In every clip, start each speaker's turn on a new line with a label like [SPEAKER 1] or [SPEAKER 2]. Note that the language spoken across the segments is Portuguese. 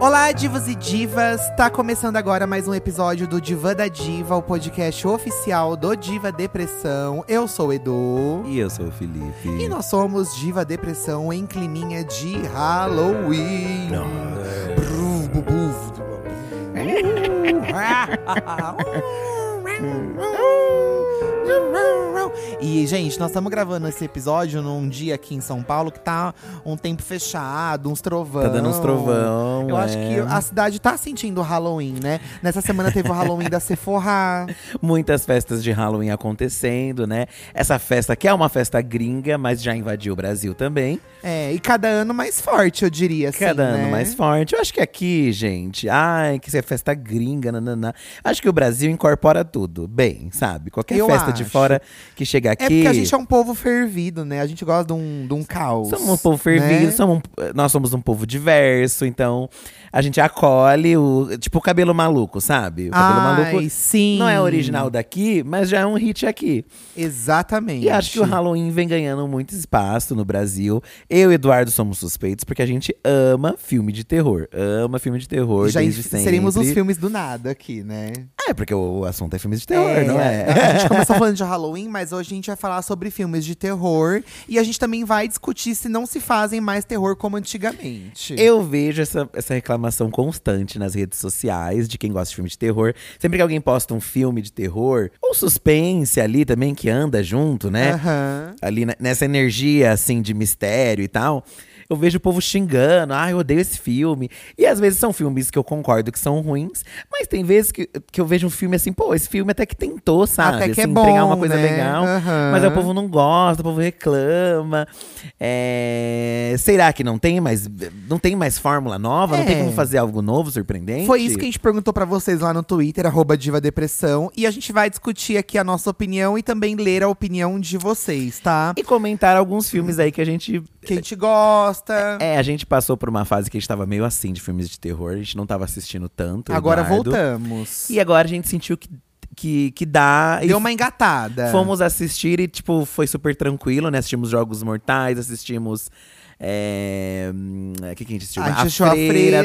[SPEAKER 1] Olá, divos e divas! Tá começando agora mais um episódio do Divã da Diva, o podcast oficial do Diva Depressão. Eu sou o Edu.
[SPEAKER 2] E eu sou o Felipe.
[SPEAKER 1] E nós somos Diva Depressão em climinha de Halloween. Brum, bu, bu, bu, bu. E, gente, nós estamos gravando esse episódio num dia aqui em São Paulo que tá um tempo fechado, uns trovão.
[SPEAKER 2] Tá dando uns trovão.
[SPEAKER 1] Eu acho
[SPEAKER 2] é.
[SPEAKER 1] que a cidade tá sentindo o Halloween, né? Nessa semana teve o Halloween da Sephora.
[SPEAKER 2] Muitas festas de Halloween acontecendo, né? Essa festa que é uma festa gringa, mas já invadiu o Brasil também.
[SPEAKER 1] É, e cada ano mais forte, eu diria. assim,
[SPEAKER 2] Cada ano
[SPEAKER 1] né?
[SPEAKER 2] mais forte. Eu acho que aqui, gente, ai, que isso é festa gringa, nananá. Acho que o Brasil incorpora tudo. Bem, sabe? Qualquer
[SPEAKER 1] Eu
[SPEAKER 2] festa de
[SPEAKER 1] acho.
[SPEAKER 2] fora que chega aqui.
[SPEAKER 1] É porque a gente é um povo fervido, né? A gente gosta de um, de um caos.
[SPEAKER 2] Somos um povo fervido,
[SPEAKER 1] né?
[SPEAKER 2] somos um- nós somos um povo diverso, então a gente acolhe o. Tipo o cabelo maluco, sabe? O cabelo
[SPEAKER 1] Ai,
[SPEAKER 2] maluco
[SPEAKER 1] sim.
[SPEAKER 2] não é original daqui, mas já é um hit aqui.
[SPEAKER 1] Exatamente.
[SPEAKER 2] E acho que o Halloween vem ganhando muito espaço no Brasil. Eu e Eduardo somos suspeitos porque a gente ama filme de terror. Ama filme de terror
[SPEAKER 1] já
[SPEAKER 2] desde
[SPEAKER 1] inf-
[SPEAKER 2] sempre.
[SPEAKER 1] seríamos os filmes do nada aqui, né?
[SPEAKER 2] É, porque o assunto é filmes de terror, não
[SPEAKER 1] A
[SPEAKER 2] é?
[SPEAKER 1] gente começou falando de Halloween, mas hoje a gente vai falar sobre filmes de terror. E a gente também vai discutir se não se fazem mais terror como antigamente.
[SPEAKER 2] Eu vejo essa, essa reclamação constante nas redes sociais de quem gosta de filme de terror. Sempre que alguém posta um filme de terror, ou suspense ali também, que anda junto, né?
[SPEAKER 1] Aham.
[SPEAKER 2] ali ne- nessa energia assim de mistério e tal. Eu vejo o povo xingando, ah, eu odeio esse filme. E às vezes são filmes que eu concordo que são ruins, mas tem vezes que, que eu vejo um filme assim, pô, esse filme até que tentou, sabe?
[SPEAKER 1] Até que é
[SPEAKER 2] assim,
[SPEAKER 1] bom,
[SPEAKER 2] entregar uma coisa
[SPEAKER 1] né?
[SPEAKER 2] legal,
[SPEAKER 1] Aham.
[SPEAKER 2] mas aí o povo não gosta, o povo reclama. É, Será que não tem mais, não tem mais fórmula nova? Não
[SPEAKER 1] É.
[SPEAKER 2] tem como fazer algo novo, surpreendente?
[SPEAKER 1] Foi isso que a gente perguntou pra vocês lá no Twitter, arroba Diva Depressão. E a gente vai discutir aqui a nossa opinião e também ler a opinião de vocês, tá?
[SPEAKER 2] E comentar alguns filmes aí que a gente
[SPEAKER 1] Que a gente gosta.
[SPEAKER 2] É, a gente passou por uma fase que a gente tava meio assim de filmes de terror, a gente não tava assistindo tanto.
[SPEAKER 1] Agora
[SPEAKER 2] Eduardo.
[SPEAKER 1] voltamos.
[SPEAKER 2] E é agora a gente sentiu que, que, que dá.
[SPEAKER 1] Deu
[SPEAKER 2] e
[SPEAKER 1] uma engatada.
[SPEAKER 2] Fomos assistir e, tipo, foi super tranquilo, né? Assistimos Jogos Mortais, assistimos. É. hum, O que, que a gente assistiu?
[SPEAKER 1] a gente achou a freira,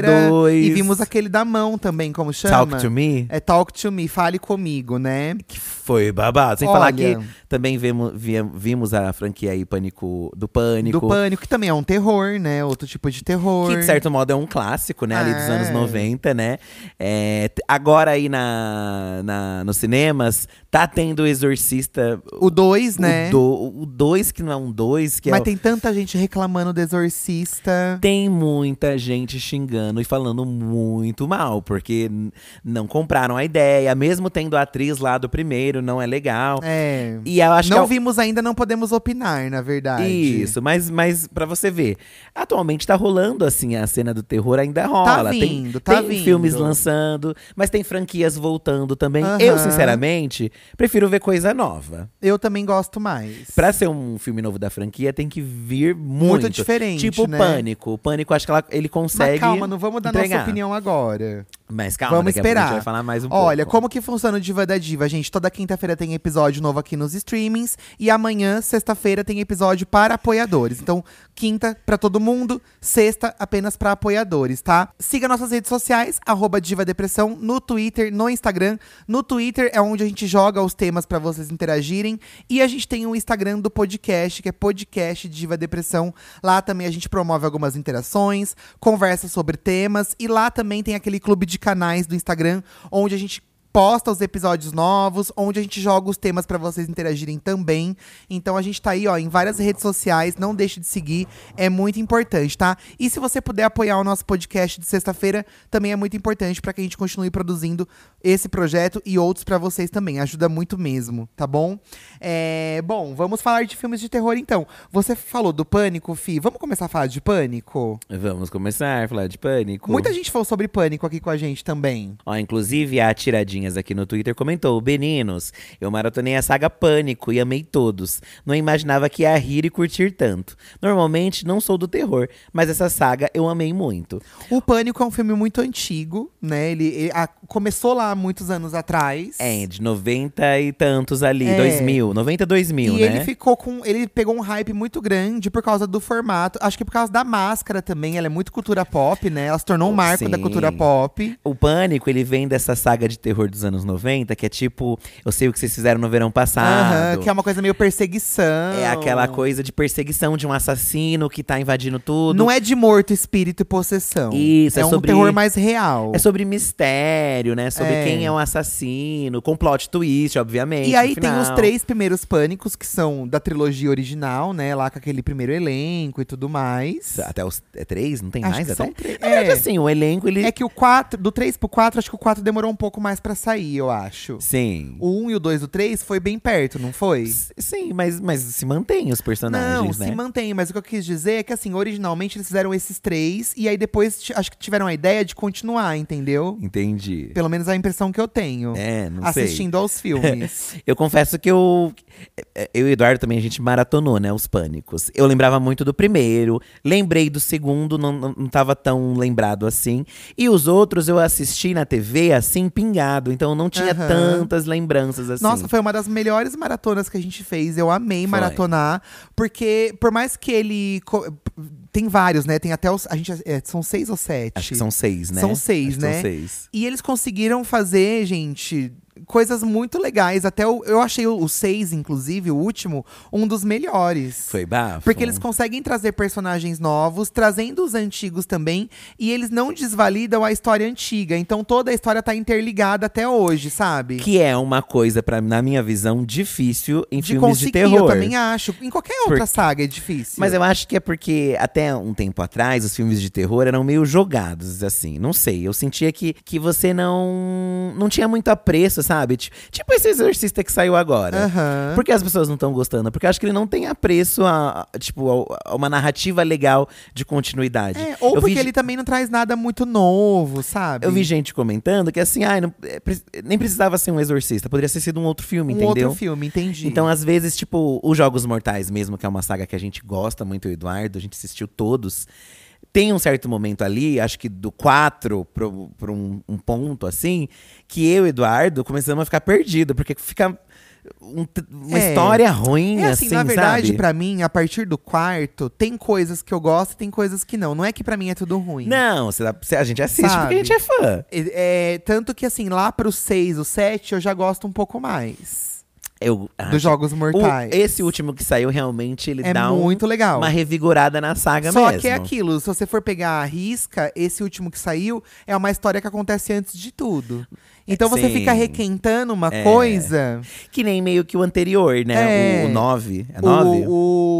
[SPEAKER 1] e vimos aquele da mão também, como chama?
[SPEAKER 2] Talk to Me.
[SPEAKER 1] É Talk to Me, fale comigo, né?
[SPEAKER 2] Que foi babado. Sem
[SPEAKER 1] Olha.
[SPEAKER 2] falar que também vimos, vimos a franquia aí Pânico do Pânico.
[SPEAKER 1] Do Pânico, que também é um terror, né? Outro tipo de terror.
[SPEAKER 2] Que, de certo modo, é um clássico, né? Ali dos anos
[SPEAKER 1] É.
[SPEAKER 2] 90, né? É, t- agora aí na, na, nos cinemas, tá tendo o Exorcista.
[SPEAKER 1] O 2, né?
[SPEAKER 2] O 2, que não é um 2, que
[SPEAKER 1] Mas
[SPEAKER 2] é. o-
[SPEAKER 1] tem tanta gente reclamando do Exorcista.
[SPEAKER 2] Tem muita gente xingando e falando muito mal, porque n- não compraram a ideia, mesmo tendo a atriz lá do primeiro, não é legal.
[SPEAKER 1] É.
[SPEAKER 2] E eu acho que.
[SPEAKER 1] não
[SPEAKER 2] é o-
[SPEAKER 1] vimos ainda, não podemos opinar, na verdade.
[SPEAKER 2] Isso, mas, mas para você ver, atualmente tá rolando assim, a cena do terror ainda rola.
[SPEAKER 1] vindo,
[SPEAKER 2] tem,
[SPEAKER 1] tá
[SPEAKER 2] tem
[SPEAKER 1] vindo.
[SPEAKER 2] filmes lançando, mas tem franquias voltando também.
[SPEAKER 1] Aham.
[SPEAKER 2] Eu, sinceramente, prefiro ver coisa nova.
[SPEAKER 1] Eu também gosto mais.
[SPEAKER 2] Pra ser um filme novo da franquia, tem que vir muito.
[SPEAKER 1] Muito diferente,
[SPEAKER 2] Tipo
[SPEAKER 1] né?
[SPEAKER 2] o Pânico. O Pânico, acho que ela- ele consegue.
[SPEAKER 1] Mas calma, não vamos dar
[SPEAKER 2] entregar.
[SPEAKER 1] nossa opinião agora.
[SPEAKER 2] Mas calma,
[SPEAKER 1] vamos
[SPEAKER 2] daqui a pouco
[SPEAKER 1] esperar.
[SPEAKER 2] A gente vai falar mais um pouco.
[SPEAKER 1] Olha, como que funciona o Diva da Diva, gente? Toda quinta-feira tem episódio novo aqui nos streamings. E amanhã, sexta-feira, tem episódio para apoiadores. Então, quinta pra todo mundo, sexta apenas pra apoiadores, tá? Siga nossas redes sociais, arroba Diva Depressão, no Twitter, no Instagram. No Twitter é onde a gente joga os temas pra vocês interagirem. E a gente tem o Instagram do podcast, que é podcast Diva Depressão. Lá também a gente promove algumas interações, conversa sobre temas. E lá também tem aquele clube de canais do Instagram, onde a gente posta os episódios novos, onde a gente joga os temas pra vocês interagirem também. Então a gente tá aí, ó, em várias redes sociais, não deixe de seguir, é muito importante, tá? E se você puder apoiar o nosso podcast de sexta-feira, também é muito importante pra que a gente continue produzindo esse projeto e outros pra vocês também, ajuda muito mesmo, tá bom? É, bom, vamos falar de filmes de terror então. Você falou do Pânico, Fi? Vamos começar a falar de Pânico?
[SPEAKER 2] Vamos começar a falar de Pânico.
[SPEAKER 1] Muita gente falou sobre Pânico aqui com a gente também.
[SPEAKER 2] Ó, inclusive a tiradinha Caixinhas aqui no Twitter comentou: Beninos, eu maratonei a saga Pânico e amei todos. Não imaginava que ia rir e curtir tanto. Normalmente não sou do terror, mas essa saga eu amei muito.
[SPEAKER 1] O Pânico é um filme muito antigo, né? Ele, ele- a- começou lá há muitos anos atrás.
[SPEAKER 2] É, de 90 e tantos ali,
[SPEAKER 1] É.
[SPEAKER 2] 2000, 90 2000,
[SPEAKER 1] e
[SPEAKER 2] né?
[SPEAKER 1] ele ficou com. Ele pegou um hype muito grande por causa do formato. Acho que por causa da máscara também. Ela é muito cultura pop, né? Ela se tornou um marco da
[SPEAKER 2] Sim.
[SPEAKER 1] cultura pop.
[SPEAKER 2] O Pânico, ele vem dessa saga de terror dos anos 90, que é tipo, eu sei o que vocês fizeram no verão passado.
[SPEAKER 1] Aham, que é uma coisa meio perseguição.
[SPEAKER 2] É aquela coisa de perseguição de um assassino que tá invadindo tudo.
[SPEAKER 1] Não é de morto, espírito e possessão.
[SPEAKER 2] Isso, é
[SPEAKER 1] um
[SPEAKER 2] sobre-
[SPEAKER 1] terror mais real.
[SPEAKER 2] É sobre mistério, né? Sobre
[SPEAKER 1] Tipo, É.
[SPEAKER 2] quem é um assassino, com plot twist, obviamente.
[SPEAKER 1] E
[SPEAKER 2] no
[SPEAKER 1] aí tem
[SPEAKER 2] final.
[SPEAKER 1] os três primeiros pânicos, que são da trilogia original, né? Lá com aquele primeiro elenco e tudo mais.
[SPEAKER 2] Até os é três? Não tem
[SPEAKER 1] Acho
[SPEAKER 2] mais
[SPEAKER 1] que
[SPEAKER 2] até?
[SPEAKER 1] são três.
[SPEAKER 2] Na verdade,
[SPEAKER 1] É.
[SPEAKER 2] assim, o elenco, ele.
[SPEAKER 1] É que o 4, do 3 pro 4, acho que o 4 demorou um pouco mais pra sair, eu acho.
[SPEAKER 2] Sim.
[SPEAKER 1] O 1 um e o 2 do 3 foi bem perto, não foi?
[SPEAKER 2] S- Sim, mas, mas se mantém os
[SPEAKER 1] Não,
[SPEAKER 2] personagens, né?
[SPEAKER 1] se mantém, mas o que eu quis dizer é que assim, originalmente eles fizeram esses três e aí depois ti- acho que tiveram a ideia de continuar, entendeu?
[SPEAKER 2] Entendi.
[SPEAKER 1] Pelo menos a impressão que eu tenho.
[SPEAKER 2] É, não sei.
[SPEAKER 1] assistindo aos filmes.
[SPEAKER 2] Eu confesso que eu, eu e o Eduardo também, a gente maratonou, né, os pânicos. Eu lembrava muito do primeiro, lembrei do segundo, não, não, não tava tão lembrado assim. E os outros eu assisti na TV, assim, pingado. Então eu não tinha
[SPEAKER 1] Aham.
[SPEAKER 2] tantas lembranças assim.
[SPEAKER 1] Nossa, foi uma das melhores maratonas que a gente fez. Eu amei
[SPEAKER 2] Foi.
[SPEAKER 1] maratonar, porque por mais que ele co- tem vários, né? Tem até os a gente é, são seis ou sete.
[SPEAKER 2] Acho que são seis, né?
[SPEAKER 1] São seis,
[SPEAKER 2] Acho que
[SPEAKER 1] né?
[SPEAKER 2] São seis.
[SPEAKER 1] E eles conseguiram fazer, gente, coisas muito legais. Até o- eu achei o 6, inclusive, o último, um dos melhores.
[SPEAKER 2] Foi bafo.
[SPEAKER 1] Porque eles conseguem trazer personagens novos, trazendo os antigos também, e eles não desvalidam a história antiga. Então toda a história tá interligada até hoje, sabe?
[SPEAKER 2] Que é uma coisa, pra, na minha visão, difícil em
[SPEAKER 1] de
[SPEAKER 2] filmes
[SPEAKER 1] conseguir,
[SPEAKER 2] de terror.
[SPEAKER 1] eu também acho. Em qualquer outra
[SPEAKER 2] Porque-
[SPEAKER 1] saga é difícil.
[SPEAKER 2] Mas eu acho que é porque até um tempo atrás os filmes de terror eram meio jogados, assim. Não sei. Eu sentia que, que você não não tinha muito apreço, sabe? Ti- Tipo esse exorcista que saiu agora.
[SPEAKER 1] Aham.
[SPEAKER 2] Por que as pessoas não estão gostando? Porque eu acho que ele não tem apreço a, a- tipo, ao- a, uma narrativa legal de continuidade.
[SPEAKER 1] É, ou
[SPEAKER 2] eu
[SPEAKER 1] porque
[SPEAKER 2] vi,
[SPEAKER 1] ele também não traz nada muito novo, sabe?
[SPEAKER 2] Eu vi gente comentando que assim, ai, não- é, pre- nem precisava ser um exorcista, poderia ter sido um outro
[SPEAKER 1] um
[SPEAKER 2] filme, entendeu?
[SPEAKER 1] outro filme, entendi.
[SPEAKER 2] Então, às vezes, tipo, os Jogos Mortais mesmo, que é uma saga que a gente gosta muito, o Eduardo, a gente assistiu todos. Tem um certo momento ali, acho que do 4 para um, um ponto, assim, que eu e o Eduardo começamos a ficar perdido, porque fica um tr- uma
[SPEAKER 1] É.
[SPEAKER 2] história ruim,
[SPEAKER 1] É assim,
[SPEAKER 2] assim,
[SPEAKER 1] na verdade,
[SPEAKER 2] sabe?
[SPEAKER 1] pra mim, a partir do quarto, tem coisas que eu gosto e tem coisas que não. Não é que pra mim é tudo ruim.
[SPEAKER 2] Não, você dá- você- a gente assiste porque
[SPEAKER 1] Sabe?
[SPEAKER 2] a gente é fã.
[SPEAKER 1] É, é, tanto que, assim, lá pro 6, o 7, eu já gosto um pouco mais.
[SPEAKER 2] Eu, acho-
[SPEAKER 1] dos Jogos Mortais.
[SPEAKER 2] Ah, o- esse último que saiu, realmente, ele
[SPEAKER 1] é
[SPEAKER 2] dá um-
[SPEAKER 1] muito legal.
[SPEAKER 2] uma revigorada na saga
[SPEAKER 1] Só
[SPEAKER 2] mesmo.
[SPEAKER 1] que é aquilo, se você for pegar a risca, esse último que saiu é uma história que acontece antes de tudo. Então você
[SPEAKER 2] Sim. É.
[SPEAKER 1] fica requentando uma coisa.
[SPEAKER 2] Que nem meio que o anterior, né?
[SPEAKER 1] É.
[SPEAKER 2] O 9. É
[SPEAKER 1] O-
[SPEAKER 2] 9?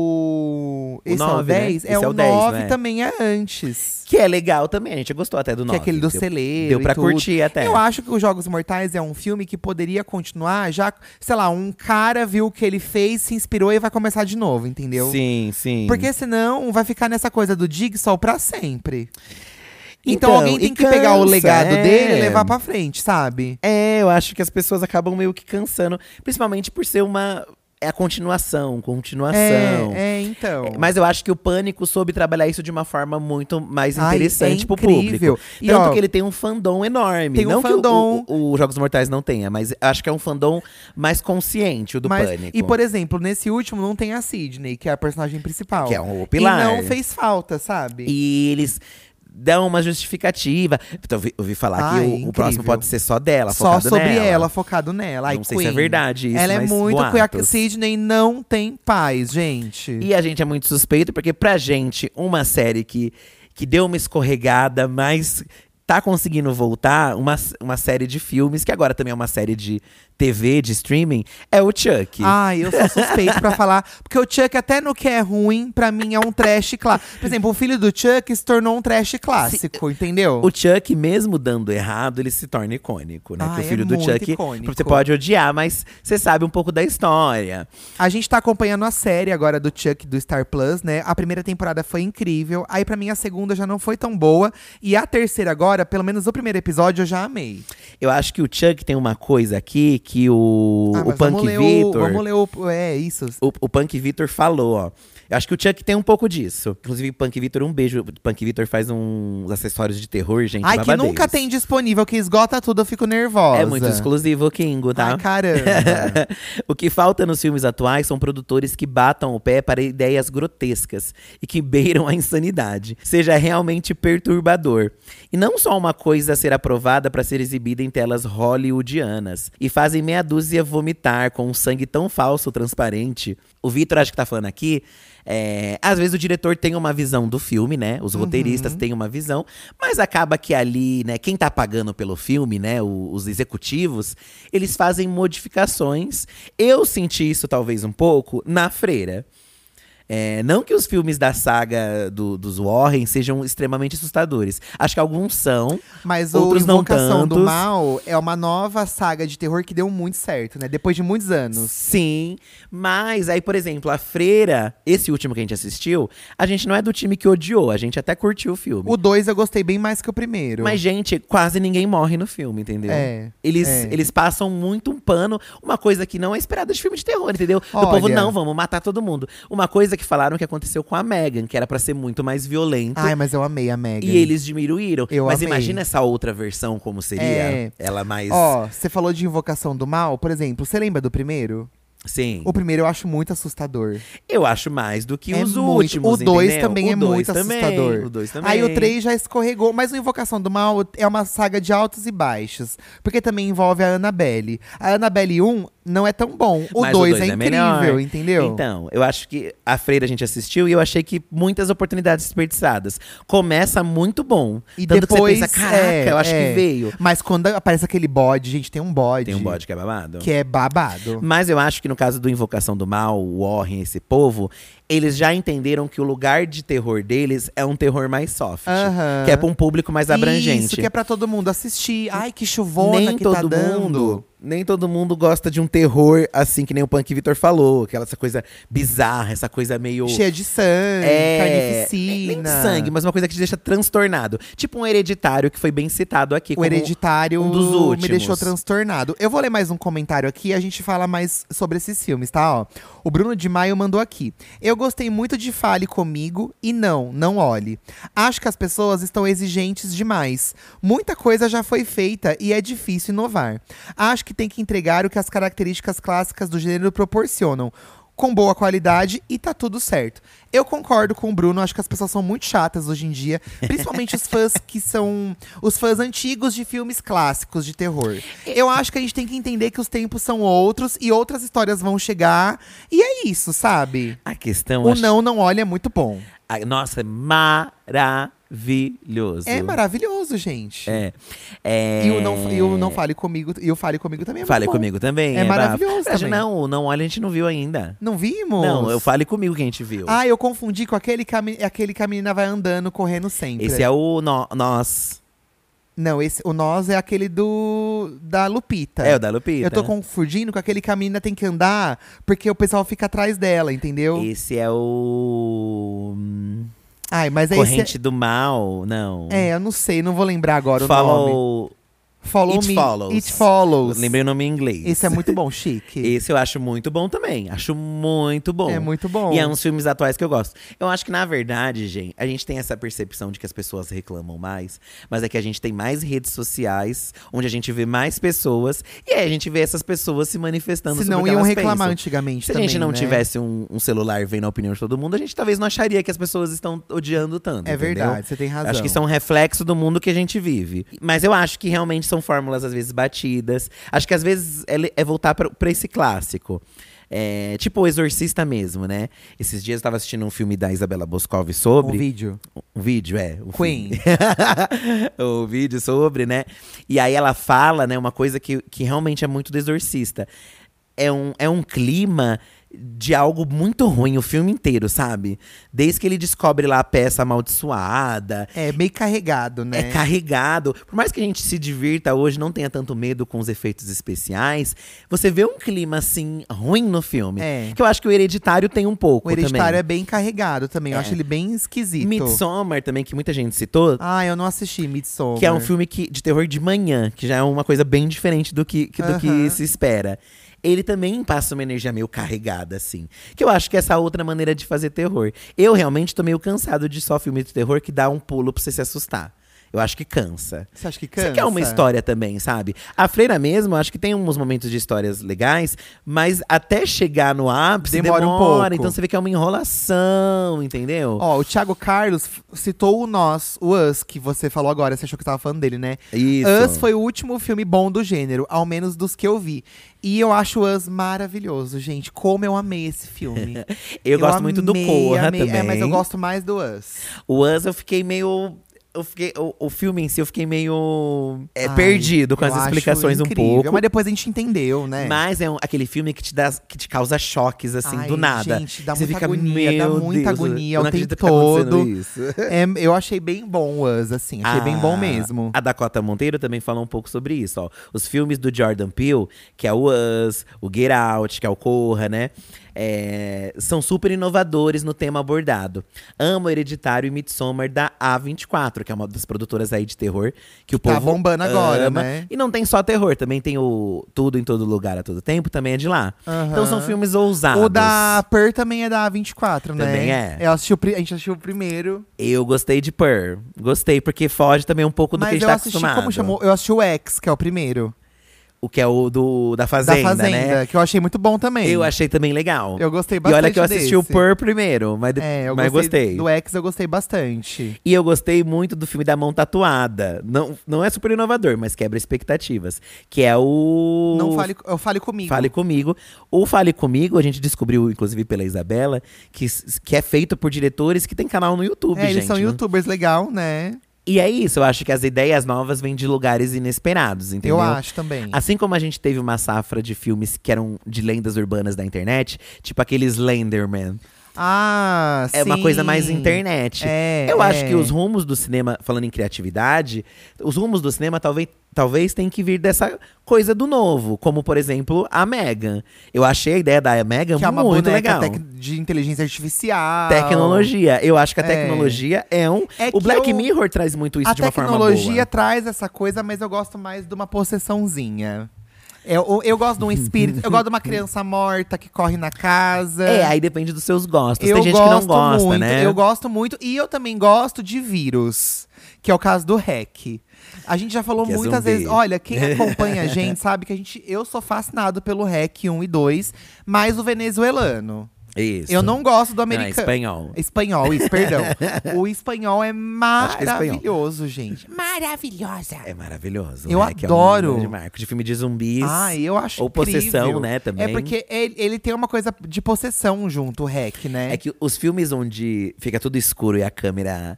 [SPEAKER 1] O, Esse
[SPEAKER 2] nove,
[SPEAKER 1] é o
[SPEAKER 2] né?
[SPEAKER 1] 10?
[SPEAKER 2] Esse
[SPEAKER 1] É,
[SPEAKER 2] é
[SPEAKER 1] o
[SPEAKER 2] o 10,
[SPEAKER 1] 9
[SPEAKER 2] né?
[SPEAKER 1] também é antes.
[SPEAKER 2] Que é legal também, a gente gostou até
[SPEAKER 1] Que
[SPEAKER 2] do
[SPEAKER 1] é
[SPEAKER 2] nome.
[SPEAKER 1] aquele do
[SPEAKER 2] deu,
[SPEAKER 1] celeiro.
[SPEAKER 2] Deu pra
[SPEAKER 1] e tudo.
[SPEAKER 2] curtir até.
[SPEAKER 1] Eu acho que Os Jogos Mortais é um filme que poderia continuar já. Sei lá, um cara viu o que ele fez, se inspirou e vai começar de novo, entendeu?
[SPEAKER 2] Sim, sim.
[SPEAKER 1] Porque senão vai ficar nessa coisa do Jigsaw pra sempre. Então,
[SPEAKER 2] Então,
[SPEAKER 1] alguém
[SPEAKER 2] e
[SPEAKER 1] tem que pegar o
[SPEAKER 2] cansa,
[SPEAKER 1] legado
[SPEAKER 2] é.
[SPEAKER 1] dele e levar pra frente, sabe?
[SPEAKER 2] É, eu acho que as pessoas acabam meio que cansando. Principalmente por ser uma. É a continuação, continuação.
[SPEAKER 1] É, é, então.
[SPEAKER 2] Mas eu acho que o Pânico soube trabalhar isso de uma forma muito mais
[SPEAKER 1] Ai, é
[SPEAKER 2] interessante pro
[SPEAKER 1] incrível.
[SPEAKER 2] público.
[SPEAKER 1] E,
[SPEAKER 2] Tanto
[SPEAKER 1] ó,
[SPEAKER 2] que ele tem um fandom enorme.
[SPEAKER 1] tem um
[SPEAKER 2] não
[SPEAKER 1] fandom.
[SPEAKER 2] que o- o, o Jogos Mortais não tenha, mas acho que é um fandom mais consciente, o do
[SPEAKER 1] Mas-
[SPEAKER 2] Pânico.
[SPEAKER 1] E, por exemplo, nesse último não tem a Sidney, que é a personagem principal.
[SPEAKER 2] Que é um pilar.
[SPEAKER 1] E não fez falta, sabe?
[SPEAKER 2] E eles dão uma justificativa. Então, eu ouvi- ouvi falar
[SPEAKER 1] Ai,
[SPEAKER 2] que o- o,
[SPEAKER 1] incrível.
[SPEAKER 2] próximo pode ser só dela,
[SPEAKER 1] Só
[SPEAKER 2] focado
[SPEAKER 1] sobre
[SPEAKER 2] nela.
[SPEAKER 1] ela, focado nela. Ai,
[SPEAKER 2] Não sei se é
[SPEAKER 1] Queen.
[SPEAKER 2] verdade isso,
[SPEAKER 1] Ela é
[SPEAKER 2] mas
[SPEAKER 1] muito
[SPEAKER 2] boatos.
[SPEAKER 1] cuiaca. Sidney não tem paz, gente.
[SPEAKER 2] E a gente é muito suspeito, porque pra gente, uma série que, que deu uma escorregada, mas tá conseguindo voltar, uma, uma série de filmes, que agora também é uma série de TV, de streaming, é o Chuck.
[SPEAKER 1] Ai, eu sou suspeito pra falar. Porque o Chuck, até no que é ruim, pra mim é um trash clássico. Por exemplo, o filho do Chuck se tornou um trash clássico, entendeu?
[SPEAKER 2] O Chuck, mesmo dando errado, ele se torna icônico, né?
[SPEAKER 1] Ah,
[SPEAKER 2] que o
[SPEAKER 1] é
[SPEAKER 2] filho do
[SPEAKER 1] muito
[SPEAKER 2] Chuck,
[SPEAKER 1] icônico.
[SPEAKER 2] você pode odiar, mas você sabe um pouco da história.
[SPEAKER 1] A gente tá acompanhando a série agora do Chuck do Star Plus, né? A primeira temporada foi incrível. Aí, pra mim, a segunda já não foi tão boa. E a terceira agora agora, pelo menos o primeiro episódio, eu já amei.
[SPEAKER 2] Eu acho que o Chuck tem uma coisa aqui que o,
[SPEAKER 1] Ah,
[SPEAKER 2] o
[SPEAKER 1] mas
[SPEAKER 2] Punk
[SPEAKER 1] vamos ler
[SPEAKER 2] Vitor.
[SPEAKER 1] O, vamos ler o. É, isso.
[SPEAKER 2] O, o Punk Vitor falou, ó. Eu acho que o Chuck tem um pouco disso. Inclusive, Punk Vitor, um beijo. O Punk Vitor faz uns acessórios de terror, gente.
[SPEAKER 1] Ai, que
[SPEAKER 2] babadeiros.
[SPEAKER 1] nunca tem disponível, que esgota tudo, eu fico nervosa.
[SPEAKER 2] É muito exclusivo o Kingo, tá?
[SPEAKER 1] Ai, caramba.
[SPEAKER 2] o que falta nos filmes atuais são produtores que batam o pé para ideias grotescas e que beiram a insanidade. Seja realmente perturbador. E não só uma coisa a ser aprovada para ser exibida em telas hollywoodianas. E fazem meia dúzia vomitar com um sangue tão falso, transparente. O Vitor, acho que tá falando aqui. é, às vezes o diretor tem uma visão do filme, né? Os roteiristas têm uma visão, mas acaba que ali, né, quem tá pagando pelo filme, né, o- os executivos, eles fazem modificações. Eu senti isso talvez um pouco na Freira. É, não que os filmes da saga do- dos Warren sejam extremamente assustadores. Acho que alguns são.
[SPEAKER 1] Mas
[SPEAKER 2] Outros
[SPEAKER 1] o
[SPEAKER 2] não
[SPEAKER 1] Invocação do
[SPEAKER 2] tantos.
[SPEAKER 1] Mal é uma nova saga de terror que deu muito certo, né? Depois de muitos anos.
[SPEAKER 2] Sim, mas aí, por exemplo, a Freira, esse último que a gente assistiu, a gente não é do time que odiou, a gente até curtiu o filme.
[SPEAKER 1] O 2 eu gostei bem mais que o primeiro.
[SPEAKER 2] Mas, gente, quase ninguém morre no filme, entendeu?
[SPEAKER 1] É,
[SPEAKER 2] Eles,
[SPEAKER 1] é.
[SPEAKER 2] eles passam muito um pano, uma coisa que não é esperada de filme de terror, entendeu? Do
[SPEAKER 1] Olha.
[SPEAKER 2] povo, não, vamos matar todo mundo. Uma coisa que falaram que aconteceu com a Megan, que era pra ser muito mais violento.
[SPEAKER 1] Ai, mas eu amei a Megan.
[SPEAKER 2] E eles diminuíram.
[SPEAKER 1] Eu
[SPEAKER 2] Mas
[SPEAKER 1] amei.
[SPEAKER 2] imagina essa outra versão, como seria
[SPEAKER 1] É.
[SPEAKER 2] ela mais.
[SPEAKER 1] Ó, você falou de Invocação do Mal, por exemplo, você lembra do primeiro?
[SPEAKER 2] Sim.
[SPEAKER 1] O primeiro eu acho muito assustador.
[SPEAKER 2] Eu acho mais do que
[SPEAKER 1] É
[SPEAKER 2] os
[SPEAKER 1] muito.
[SPEAKER 2] últimos.
[SPEAKER 1] O dois
[SPEAKER 2] entendeu?
[SPEAKER 1] também é
[SPEAKER 2] dois
[SPEAKER 1] muito
[SPEAKER 2] também,
[SPEAKER 1] assustador.
[SPEAKER 2] O dois também.
[SPEAKER 1] Aí o 3 já escorregou, mas o Invocação do Mal é uma saga de altos e baixos. Porque também envolve a Annabelle. A Annabelle 1 não é tão bom. O
[SPEAKER 2] Mas
[SPEAKER 1] 2
[SPEAKER 2] dois
[SPEAKER 1] é,
[SPEAKER 2] melhor.
[SPEAKER 1] incrível, entendeu?
[SPEAKER 2] Então, eu acho que a Freira a gente assistiu e eu achei que muitas oportunidades desperdiçadas. Começa muito bom.
[SPEAKER 1] E
[SPEAKER 2] tanto
[SPEAKER 1] depois,
[SPEAKER 2] que você pensa, caraca,
[SPEAKER 1] é,
[SPEAKER 2] eu acho
[SPEAKER 1] é.
[SPEAKER 2] que veio.
[SPEAKER 1] Mas quando aparece aquele bode, gente, tem um bode.
[SPEAKER 2] Tem um bode que é babado.
[SPEAKER 1] Que é babado.
[SPEAKER 2] Mas eu acho que no caso do Invocação do Mal, o Warren, esse povo, eles já entenderam que o lugar de terror deles é um terror mais soft.
[SPEAKER 1] Aham.
[SPEAKER 2] Que é pra um público mais abrangente.
[SPEAKER 1] Isso que é pra todo mundo assistir. Ai, que chuvona
[SPEAKER 2] nem
[SPEAKER 1] que
[SPEAKER 2] todo
[SPEAKER 1] tá
[SPEAKER 2] mundo,
[SPEAKER 1] dando.
[SPEAKER 2] nem todo mundo gosta de um terror assim que nem o Punk Vitor falou, aquela essa coisa bizarra, essa coisa meio é,
[SPEAKER 1] Cheia de sangue, carnificina.
[SPEAKER 2] nem sangue, mas uma coisa que te deixa transtornado. Tipo um hereditário que foi bem citado aqui.
[SPEAKER 1] O
[SPEAKER 2] como-
[SPEAKER 1] Hereditário
[SPEAKER 2] um dos
[SPEAKER 1] me
[SPEAKER 2] últimos.
[SPEAKER 1] deixou transtornado. Eu vou ler mais um comentário aqui e a gente fala mais sobre esses filmes, tá? Ó, o Bruno de Maio mandou aqui. Eu gostei muito de Fale Comigo e não, não olhe. Acho que as pessoas estão exigentes demais. Muita coisa já foi feita e é difícil inovar. Acho que tem que entregar o que as características clássicas do gênero proporcionam. Com boa qualidade e tá tudo certo. Eu concordo com o Bruno, acho que as pessoas são muito chatas hoje em dia. Principalmente os fãs que são os fãs antigos de filmes clássicos de terror. Eu acho que a gente tem que entender que os tempos são outros e outras histórias vão chegar. E é isso, sabe?
[SPEAKER 2] A questão
[SPEAKER 1] O
[SPEAKER 2] acho-
[SPEAKER 1] Não Não Olha é muito bom.
[SPEAKER 2] Ah, nossa, é maravilhoso.
[SPEAKER 1] É maravilhoso, gente.
[SPEAKER 2] É. É.
[SPEAKER 1] E, o não, e o Não Fale Comigo, e o Fale Comigo também é
[SPEAKER 2] Fale
[SPEAKER 1] muito bom.
[SPEAKER 2] comigo também.
[SPEAKER 1] É
[SPEAKER 2] bafo.
[SPEAKER 1] maravilhoso
[SPEAKER 2] Verdade,
[SPEAKER 1] também.
[SPEAKER 2] Não, o não olha a gente não viu ainda.
[SPEAKER 1] Não vimos?
[SPEAKER 2] Não, eu fale comigo que a gente viu.
[SPEAKER 1] Ah, eu confundi com aquele que, a, me- aquele que a menina vai andando, correndo sempre.
[SPEAKER 2] Esse é o no- nós.
[SPEAKER 1] Não, esse, o Nós é aquele do da Lupita.
[SPEAKER 2] É o da Lupita.
[SPEAKER 1] Tá. Eu tô confundindo com aquele que a menina tem que andar porque o pessoal fica atrás dela, entendeu?
[SPEAKER 2] Esse é o. hum,
[SPEAKER 1] Ai, mas é
[SPEAKER 2] Corrente
[SPEAKER 1] esse.
[SPEAKER 2] do Mal, não.
[SPEAKER 1] É, eu não sei, não vou lembrar agora o nome.
[SPEAKER 2] Follow.
[SPEAKER 1] Follow
[SPEAKER 2] It
[SPEAKER 1] me.
[SPEAKER 2] Follows.
[SPEAKER 1] It follows.
[SPEAKER 2] Lembrei o nome em inglês.
[SPEAKER 1] Esse é muito bom, chique.
[SPEAKER 2] Esse eu acho muito bom também. Acho muito bom.
[SPEAKER 1] É muito bom.
[SPEAKER 2] E é uns filmes atuais que eu gosto. Eu acho que, na verdade, gente, a gente tem essa percepção de que as pessoas reclamam mais, mas é que a gente tem mais redes sociais, onde a gente vê mais pessoas, e aí a gente vê essas pessoas se manifestando
[SPEAKER 1] Se
[SPEAKER 2] sobre o
[SPEAKER 1] não
[SPEAKER 2] que
[SPEAKER 1] iam
[SPEAKER 2] elas
[SPEAKER 1] reclamar
[SPEAKER 2] pensam.
[SPEAKER 1] antigamente
[SPEAKER 2] Se a
[SPEAKER 1] também,
[SPEAKER 2] gente não
[SPEAKER 1] né?
[SPEAKER 2] tivesse um, um celular vendo a opinião de todo mundo, a gente talvez não acharia que as pessoas estão odiando tanto.
[SPEAKER 1] É
[SPEAKER 2] entendeu?
[SPEAKER 1] verdade, você tem razão.
[SPEAKER 2] Acho que isso é um reflexo do mundo que a gente vive. Mas eu acho que realmente são fórmulas, às vezes, batidas. Acho que às vezes é, le- é voltar pra, pra esse clássico. É, tipo o Exorcista mesmo, né? Esses dias eu tava assistindo um filme da Isabela Boscov sobre.
[SPEAKER 1] Um vídeo.
[SPEAKER 2] Um vídeo, é. Um
[SPEAKER 1] Queen.
[SPEAKER 2] filme. o vídeo sobre, né? E aí ela fala, né, uma coisa que, que realmente é muito do exorcista. É um, é um clima de algo muito ruim o filme inteiro, sabe? Desde que ele descobre lá a peça amaldiçoada,
[SPEAKER 1] É meio carregado, né?
[SPEAKER 2] é carregado. Por mais que a gente se divirta hoje, não tenha tanto medo com os efeitos especiais, você vê um clima assim ruim no filme.
[SPEAKER 1] É.
[SPEAKER 2] Que eu acho que o Hereditário tem um pouco
[SPEAKER 1] o hereditário
[SPEAKER 2] também.
[SPEAKER 1] é bem carregado também. Eu acho ele bem esquisito.
[SPEAKER 2] Midsommar também, que muita gente citou,
[SPEAKER 1] Ah, eu não assisti Midsommar.
[SPEAKER 2] que é um filme que, de terror de manhã, que já é uma coisa bem diferente do que, que- do que
[SPEAKER 1] Aham.
[SPEAKER 2] se espera. Ele também passa uma energia meio carregada, assim. Que eu acho que é essa outra maneira de fazer terror. Eu realmente tô meio cansado de só filme de terror que dá um pulo pra você se assustar. Eu acho que cansa.
[SPEAKER 1] Você acha que cansa?
[SPEAKER 2] Você quer uma história também, sabe? A Freira mesmo, acho que tem uns momentos de histórias legais, mas até chegar no ápice demora,
[SPEAKER 1] Demora um pouco.
[SPEAKER 2] Então você vê que é uma enrolação, entendeu?
[SPEAKER 1] Ó, o Thiago Carlos f- citou o Nós, o Us, que você falou agora, você achou que eu tava falando dele, né?
[SPEAKER 2] Isso.
[SPEAKER 1] Us foi o último filme bom do gênero, ao menos dos que eu vi. E eu acho o Us maravilhoso, gente. Como eu amei esse filme. eu,
[SPEAKER 2] eu, gosto muito do
[SPEAKER 1] amei,
[SPEAKER 2] Corra
[SPEAKER 1] amei.
[SPEAKER 2] também.
[SPEAKER 1] É, mas eu gosto mais do Us.
[SPEAKER 2] O Us eu fiquei meio. Eu fiquei, o, o filme em si eu fiquei meio é,
[SPEAKER 1] Ai,
[SPEAKER 2] perdido com
[SPEAKER 1] eu
[SPEAKER 2] as
[SPEAKER 1] acho
[SPEAKER 2] explicações um
[SPEAKER 1] incrível, É
[SPEAKER 2] pouco.
[SPEAKER 1] Mas depois a gente entendeu, né?
[SPEAKER 2] Mas é um- aquele filme que te, dá, que te causa choques, assim,
[SPEAKER 1] Ai,
[SPEAKER 2] do nada.
[SPEAKER 1] gente, dá
[SPEAKER 2] Você
[SPEAKER 1] muita
[SPEAKER 2] fica,
[SPEAKER 1] agonia, dá
[SPEAKER 2] "Meu
[SPEAKER 1] muita
[SPEAKER 2] Deus,
[SPEAKER 1] agonia
[SPEAKER 2] eu
[SPEAKER 1] o
[SPEAKER 2] não
[SPEAKER 1] tempo
[SPEAKER 2] acredito que tá acontecendo
[SPEAKER 1] todo.
[SPEAKER 2] isso."
[SPEAKER 1] É, eu achei bem bom o Us, assim. Achei bem bom
[SPEAKER 2] Ah,
[SPEAKER 1] mesmo.
[SPEAKER 2] A Dakota Monteiro também fala um pouco sobre isso, ó. Os filmes do Jordan Peele, que é o Us, o Get Out, que é o Corra, né? é, são super inovadores no tema abordado. Amo Hereditário e Midsommar da A24, que é uma das produtoras aí de terror que o
[SPEAKER 1] Tá
[SPEAKER 2] povo
[SPEAKER 1] bombando agora,
[SPEAKER 2] ama.
[SPEAKER 1] né?
[SPEAKER 2] E não tem só terror, também tem o Tudo em Todo Lugar a Todo Tempo, também é de lá.
[SPEAKER 1] Aham.
[SPEAKER 2] Então são filmes ousados.
[SPEAKER 1] O da Per também é da A24, né?
[SPEAKER 2] Também é.
[SPEAKER 1] Eu assisti o pri- a gente assistiu o primeiro.
[SPEAKER 2] Eu gostei de Purr. Gostei, porque foge também um pouco do
[SPEAKER 1] mas
[SPEAKER 2] que a gente
[SPEAKER 1] eu
[SPEAKER 2] tá
[SPEAKER 1] assisti,
[SPEAKER 2] acostumado.
[SPEAKER 1] como chamou? Eu assisti o X, que é o primeiro.
[SPEAKER 2] O que é o do, da Fazenda,
[SPEAKER 1] da Fazenda,
[SPEAKER 2] né?
[SPEAKER 1] que eu achei muito bom também.
[SPEAKER 2] Eu achei também legal.
[SPEAKER 1] Eu gostei
[SPEAKER 2] e
[SPEAKER 1] bastante.
[SPEAKER 2] olha que eu assisti o
[SPEAKER 1] desse.
[SPEAKER 2] Pur primeiro, mas, de-
[SPEAKER 1] É, eu
[SPEAKER 2] mas gostei.
[SPEAKER 1] Do X eu gostei bastante.
[SPEAKER 2] E eu gostei muito do filme da mão tatuada. Não, não é super inovador, mas quebra expectativas. Que é o.
[SPEAKER 1] Não fale, eu fale comigo.
[SPEAKER 2] Fale Comigo. O Fale Comigo, a gente descobriu, inclusive pela Isabela, que, s- que é feito por diretores que tem canal no YouTube,
[SPEAKER 1] é,
[SPEAKER 2] gente.
[SPEAKER 1] eles são
[SPEAKER 2] não-
[SPEAKER 1] youtubers legal, né?
[SPEAKER 2] E é isso, eu acho que as ideias novas vêm de lugares inesperados, entendeu?
[SPEAKER 1] Eu acho também.
[SPEAKER 2] Assim como a gente teve uma safra de filmes que eram de lendas urbanas da internet, tipo aquele Slenderman.
[SPEAKER 1] Ah,
[SPEAKER 2] É uma coisa mais
[SPEAKER 1] sim.
[SPEAKER 2] internet.
[SPEAKER 1] É,
[SPEAKER 2] Eu acho
[SPEAKER 1] é.
[SPEAKER 2] que os rumos do cinema, falando em criatividade, os rumos do cinema talvez, talvez tenham que vir dessa coisa do novo. Como, por exemplo, a Megan. Eu achei a ideia da Megan
[SPEAKER 1] Que é uma
[SPEAKER 2] muito
[SPEAKER 1] boneca
[SPEAKER 2] legal.
[SPEAKER 1] tec- de inteligência artificial.
[SPEAKER 2] Tecnologia. Eu acho que a
[SPEAKER 1] É.
[SPEAKER 2] tecnologia é, um.
[SPEAKER 1] É
[SPEAKER 2] o
[SPEAKER 1] que
[SPEAKER 2] Black
[SPEAKER 1] eu-
[SPEAKER 2] Mirror traz muito isso
[SPEAKER 1] A
[SPEAKER 2] de uma forma boa.
[SPEAKER 1] tecnologia traz essa coisa, mas eu gosto mais de uma possessãozinha. Eu, eu gosto de um espírito, eu gosto de uma criança morta que corre na casa.
[SPEAKER 2] É, aí depende dos seus gostos.
[SPEAKER 1] tá. eu
[SPEAKER 2] Tem gente que
[SPEAKER 1] gosto
[SPEAKER 2] não gosta,
[SPEAKER 1] muito,
[SPEAKER 2] né?
[SPEAKER 1] Eu gosto muito. E eu também gosto de vírus, que é o caso do hack. A gente já falou
[SPEAKER 2] Que é
[SPEAKER 1] muitas
[SPEAKER 2] zumbi.
[SPEAKER 1] vezes. Olha, quem acompanha a gente sabe que a gente, eu sou fascinado pelo hack 1 e 2, mas o venezuelano.
[SPEAKER 2] Isso.
[SPEAKER 1] Eu não gosto do
[SPEAKER 2] Não, é
[SPEAKER 1] americano.
[SPEAKER 2] espanhol.
[SPEAKER 1] Espanhol, isso, perdão. o espanhol é
[SPEAKER 2] que é espanhol.
[SPEAKER 1] maravilhoso, gente.
[SPEAKER 2] Maravilhosa. É maravilhoso.
[SPEAKER 1] Eu
[SPEAKER 2] né? Que é um
[SPEAKER 1] adoro.
[SPEAKER 2] grande marco de filme de zumbis.
[SPEAKER 1] Ai, Ah, eu acho
[SPEAKER 2] Ou possessão,
[SPEAKER 1] incrível.
[SPEAKER 2] né, também.
[SPEAKER 1] É porque ele, ele tem uma coisa de possessão junto, o hack, né?
[SPEAKER 2] É que os filmes onde fica tudo escuro e a câmera.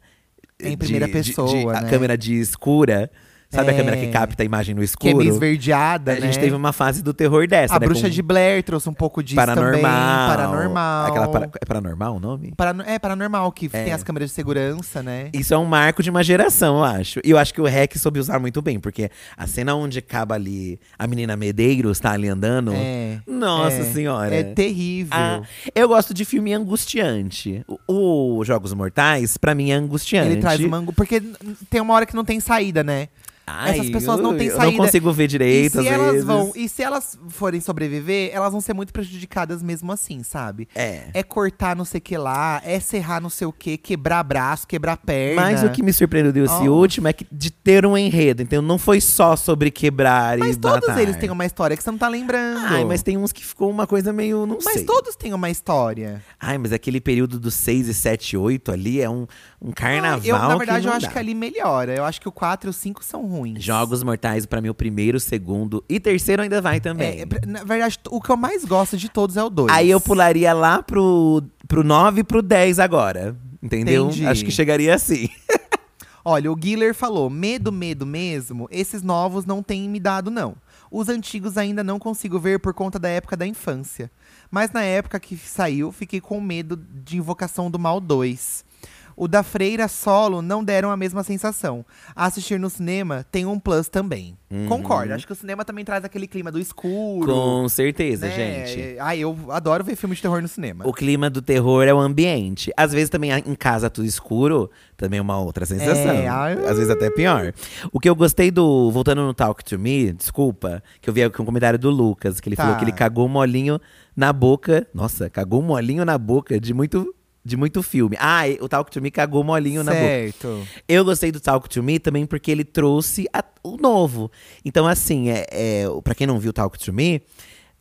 [SPEAKER 1] É Em
[SPEAKER 2] de-
[SPEAKER 1] primeira
[SPEAKER 2] de-
[SPEAKER 1] pessoa,
[SPEAKER 2] de- A
[SPEAKER 1] né?
[SPEAKER 2] câmera de escura. Sabe a
[SPEAKER 1] É.
[SPEAKER 2] câmera que capta a imagem no
[SPEAKER 1] Que é
[SPEAKER 2] escuro?
[SPEAKER 1] meio esverdeada,
[SPEAKER 2] a gente
[SPEAKER 1] né?
[SPEAKER 2] teve uma fase do terror dessa.
[SPEAKER 1] A
[SPEAKER 2] né,
[SPEAKER 1] bruxa
[SPEAKER 2] com
[SPEAKER 1] de Blair trouxe um pouco disso
[SPEAKER 2] paranormal.
[SPEAKER 1] também. Paranormal.
[SPEAKER 2] Aquela para- é paranormal o nome?
[SPEAKER 1] Parano- É, paranormal, que
[SPEAKER 2] É.
[SPEAKER 1] tem as câmeras de segurança, né?
[SPEAKER 2] Isso é um marco de uma geração, eu acho. E eu acho que o Rec soube usar muito bem, porque a cena onde acaba ali a menina Medeiros tá ali andando.
[SPEAKER 1] É.
[SPEAKER 2] Nossa
[SPEAKER 1] É.
[SPEAKER 2] senhora.
[SPEAKER 1] É terrível.
[SPEAKER 2] Ah, eu gosto de filme angustiante. O, o Jogos Mortais, pra mim, é angustiante.
[SPEAKER 1] Ele traz o mango. Porque n- tem uma hora que não tem saída, né?
[SPEAKER 2] Ai,
[SPEAKER 1] Essas pessoas não têm
[SPEAKER 2] eu
[SPEAKER 1] saída.
[SPEAKER 2] não consigo ver
[SPEAKER 1] E
[SPEAKER 2] direito,
[SPEAKER 1] se,
[SPEAKER 2] às
[SPEAKER 1] elas
[SPEAKER 2] vezes.
[SPEAKER 1] vão, e se elas forem sobreviver, elas vão ser muito prejudicadas mesmo assim, sabe?
[SPEAKER 2] É.
[SPEAKER 1] É cortar não sei o que lá, é serrar não sei o que, quebrar braço, quebrar perna.
[SPEAKER 2] Mas o que me surpreendeu desse
[SPEAKER 1] Oh.
[SPEAKER 2] último é que de ter um enredo. Então não foi só sobre quebrar
[SPEAKER 1] Mas
[SPEAKER 2] e
[SPEAKER 1] todos
[SPEAKER 2] matar.
[SPEAKER 1] eles têm uma história que você não tá lembrando.
[SPEAKER 2] tá. Ai, mas tem uns que ficou uma coisa meio, não
[SPEAKER 1] Mas
[SPEAKER 2] sei.
[SPEAKER 1] todos têm uma história.
[SPEAKER 2] Ai, mas aquele período dos 6 e 7 8 ali é um, um carnaval
[SPEAKER 1] Eu, na
[SPEAKER 2] que
[SPEAKER 1] verdade, eu
[SPEAKER 2] não
[SPEAKER 1] acho
[SPEAKER 2] dá.
[SPEAKER 1] que ali melhora. Eu acho que o 4 e o 5 são ruins.
[SPEAKER 2] Jogos Mortais, pra mim, é o primeiro, o segundo e terceiro ainda vai
[SPEAKER 1] É,
[SPEAKER 2] também.
[SPEAKER 1] é, pra- na verdade, o que eu mais gosto de todos é o 2.
[SPEAKER 2] Aí eu pularia lá pro, pro 9 e pro 10 agora. Entendeu?
[SPEAKER 1] Entendi.
[SPEAKER 2] Acho que chegaria assim.
[SPEAKER 1] Olha, o Guiller falou: medo, medo mesmo, esses novos não têm me dado, não. Os antigos ainda não consigo ver por conta da época da infância. Mas na época que saiu, fiquei com medo de Invocação do Mal 2. O da Freira solo não deram a mesma sensação. Assistir no cinema tem um plus também. Concordo. Acho que o cinema também traz aquele clima do escuro.
[SPEAKER 2] Uhum. Com certeza,
[SPEAKER 1] né?
[SPEAKER 2] gente.
[SPEAKER 1] Ah, eu adoro ver filme de terror no cinema.
[SPEAKER 2] O clima do terror é o ambiente. Às vezes também a- em casa tudo escuro, também é uma outra sensação.
[SPEAKER 1] É, ai.
[SPEAKER 2] Às vezes até pior. O que eu gostei do. Voltando no Talk to Me, desculpa, que eu vi aqui um comentário do Lucas, que ele
[SPEAKER 1] Tá.
[SPEAKER 2] falou que ele cagou um molinho na boca. Nossa, cagou um molinho na boca de muito. De muito filme. Ah, e o Talk to Me cagou um molinho na boca.
[SPEAKER 1] certo.
[SPEAKER 2] Eu gostei do Talk to Me também porque ele trouxe a- o novo. Então, assim, é, é, o- pra quem não viu Talk to Me,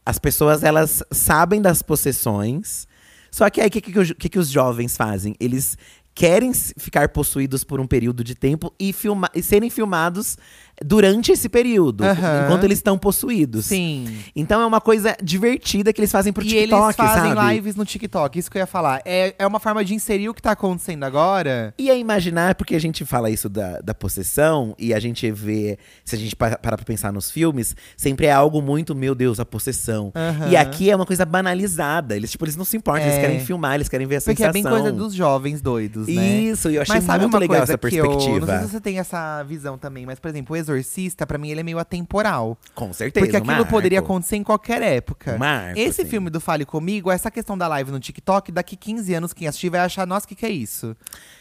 [SPEAKER 2] as pessoas elas sabem das possessões. Só que aí o que, que, os jo- que que os jovens fazem? Eles querem s- ficar possuídos por um período de tempo e, filma- e serem filmados durante esse período,
[SPEAKER 1] Aham.
[SPEAKER 2] enquanto eles estão possuídos.
[SPEAKER 1] Sim.
[SPEAKER 2] Então é uma coisa divertida que eles fazem pro
[SPEAKER 1] e
[SPEAKER 2] TikTok,
[SPEAKER 1] eles fazem
[SPEAKER 2] sabe?
[SPEAKER 1] lives no TikTok, isso que eu ia falar. É, é uma forma de inserir o que tá acontecendo agora.
[SPEAKER 2] E a imaginar, porque a gente fala isso da, da possessão, e a gente vê, se a gente pa- parar pra pensar nos filmes, sempre é algo muito, meu Deus, a possessão.
[SPEAKER 1] Aham.
[SPEAKER 2] E aqui é uma coisa banalizada. Eles, tipo, eles não se importam, eles
[SPEAKER 1] É.
[SPEAKER 2] querem filmar, eles querem ver a
[SPEAKER 1] Porque
[SPEAKER 2] sensação.
[SPEAKER 1] é bem coisa dos jovens doidos, né?
[SPEAKER 2] Isso, e eu achei
[SPEAKER 1] mas sabe
[SPEAKER 2] muito
[SPEAKER 1] uma
[SPEAKER 2] legal
[SPEAKER 1] coisa
[SPEAKER 2] essa
[SPEAKER 1] que eu-
[SPEAKER 2] perspectiva.
[SPEAKER 1] não sei se você tem essa visão também, mas, por exemplo, o Exorcista, pra mim, ele é meio atemporal.
[SPEAKER 2] Com certeza.
[SPEAKER 1] Porque
[SPEAKER 2] um
[SPEAKER 1] aquilo
[SPEAKER 2] marco.
[SPEAKER 1] poderia acontecer em qualquer época.
[SPEAKER 2] Um marco,
[SPEAKER 1] Esse
[SPEAKER 2] assim.
[SPEAKER 1] filme do Fale Comigo, essa questão da live no TikTok, daqui 15 anos quem assistir vai achar, nossa, o que, que é isso?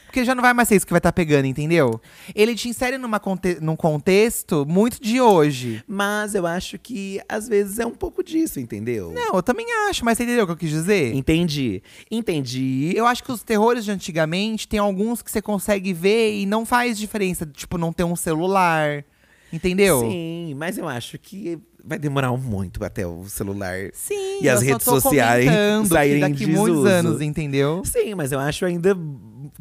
[SPEAKER 1] Porque já não vai mais ser isso que vai estar pegando, entendeu? Ele te insere numa conte num contexto muito de hoje.
[SPEAKER 2] Mas eu acho que às vezes é um pouco disso, entendeu?
[SPEAKER 1] Não, eu também acho, mas você entendeu o que eu quis dizer?
[SPEAKER 2] Entendi. Entendi.
[SPEAKER 1] Eu acho que os terrores de antigamente tem alguns que você consegue ver e não faz diferença, tipo, não ter um celular. Entendeu?
[SPEAKER 2] Sim, mas eu acho que vai demorar muito até o celular
[SPEAKER 1] Sim,
[SPEAKER 2] E as
[SPEAKER 1] eu
[SPEAKER 2] redes
[SPEAKER 1] só tô
[SPEAKER 2] sociais
[SPEAKER 1] comentando que
[SPEAKER 2] saírem
[SPEAKER 1] daqui
[SPEAKER 2] de
[SPEAKER 1] muitos
[SPEAKER 2] desuso.
[SPEAKER 1] anos, entendeu?
[SPEAKER 2] Sim, mas eu acho ainda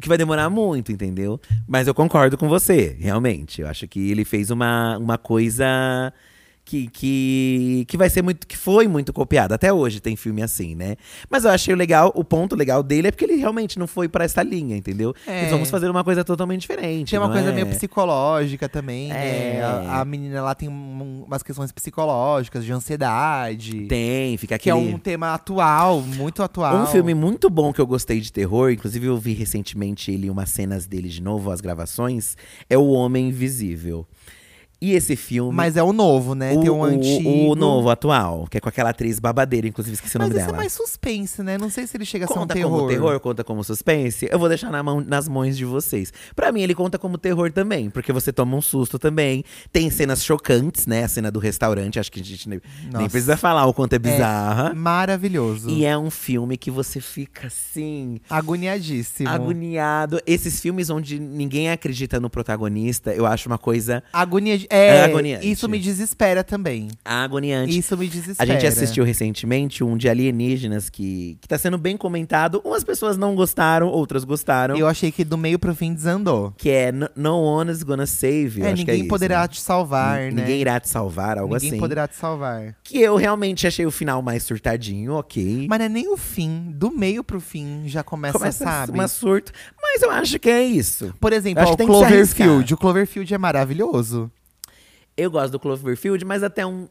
[SPEAKER 2] que vai demorar muito, entendeu? Mas eu concordo com você, realmente. Eu acho que ele fez uma, uma coisa que, que, que vai ser muito. que foi muito copiada. Até hoje tem filme assim, né? Mas eu achei legal, o ponto legal dele é porque ele realmente não foi pra essa linha, entendeu?
[SPEAKER 1] É.
[SPEAKER 2] Eles vamos fazer uma coisa totalmente diferente.
[SPEAKER 1] Tinha uma
[SPEAKER 2] não
[SPEAKER 1] coisa
[SPEAKER 2] é?
[SPEAKER 1] meio psicológica também,
[SPEAKER 2] É.
[SPEAKER 1] né? A, a menina lá tem um- umas questões psicológicas, de ansiedade.
[SPEAKER 2] Tem, fica
[SPEAKER 1] Que é
[SPEAKER 2] aquele.
[SPEAKER 1] um tema atual, muito atual.
[SPEAKER 2] Um filme muito bom que eu gostei de terror, inclusive eu vi recentemente ele umas cenas dele de novo, as gravações, é O Homem Invisível. E esse filme.
[SPEAKER 1] Mas é o novo, né? tem um antigo.
[SPEAKER 2] O, novo, atual, que é com aquela atriz babadeira, inclusive esqueci o
[SPEAKER 1] Mas
[SPEAKER 2] nome
[SPEAKER 1] esse
[SPEAKER 2] dela.
[SPEAKER 1] é mais suspense, né? Não sei se ele chega a ser um
[SPEAKER 2] Conta
[SPEAKER 1] terror.
[SPEAKER 2] como terror, conta como suspense. Eu vou deixar na mão- nas mãos de vocês. Pra mim, ele conta como terror também, porque você toma um susto também. Tem cenas chocantes, né? A cena do restaurante, acho que a gente nem, nem
[SPEAKER 1] Nossa.
[SPEAKER 2] precisa falar o quanto é bizarra.
[SPEAKER 1] Maravilhoso.
[SPEAKER 2] E é um filme que você fica assim,
[SPEAKER 1] Agoniadíssimo.
[SPEAKER 2] agoniado. Esses filmes onde ninguém acredita no protagonista, eu acho uma coisa
[SPEAKER 1] Agonia. É,
[SPEAKER 2] É agoniante.
[SPEAKER 1] Isso me desespera também.
[SPEAKER 2] agoniante.
[SPEAKER 1] Isso me desespera.
[SPEAKER 2] A gente assistiu recentemente um de alienígenas que, que tá sendo bem comentado. Umas pessoas não gostaram, outras gostaram.
[SPEAKER 1] Eu achei que do meio pro fim desandou.
[SPEAKER 2] Que é No No One Is Gonna Save You.
[SPEAKER 1] é,
[SPEAKER 2] acho que
[SPEAKER 1] ninguém
[SPEAKER 2] isso,
[SPEAKER 1] poderá
[SPEAKER 2] né?
[SPEAKER 1] te salvar,
[SPEAKER 2] Nin-
[SPEAKER 1] né?
[SPEAKER 2] Ninguém irá te salvar, algo
[SPEAKER 1] Ninguém
[SPEAKER 2] assim.
[SPEAKER 1] poderá te salvar.
[SPEAKER 2] Que eu realmente achei o final mais surtadinho, ok.
[SPEAKER 1] Mas não é nem o fim. Do meio pro fim já começa,
[SPEAKER 2] Começa
[SPEAKER 1] sabe?
[SPEAKER 2] uma surto. Mas eu acho que é isso.
[SPEAKER 1] Por exemplo,
[SPEAKER 2] Acho
[SPEAKER 1] ó,
[SPEAKER 2] que
[SPEAKER 1] o
[SPEAKER 2] tem que se
[SPEAKER 1] Cloverfield.
[SPEAKER 2] arriscar.
[SPEAKER 1] O Cloverfield é maravilhoso.
[SPEAKER 2] Eu gosto do Cloverfield, mas até um.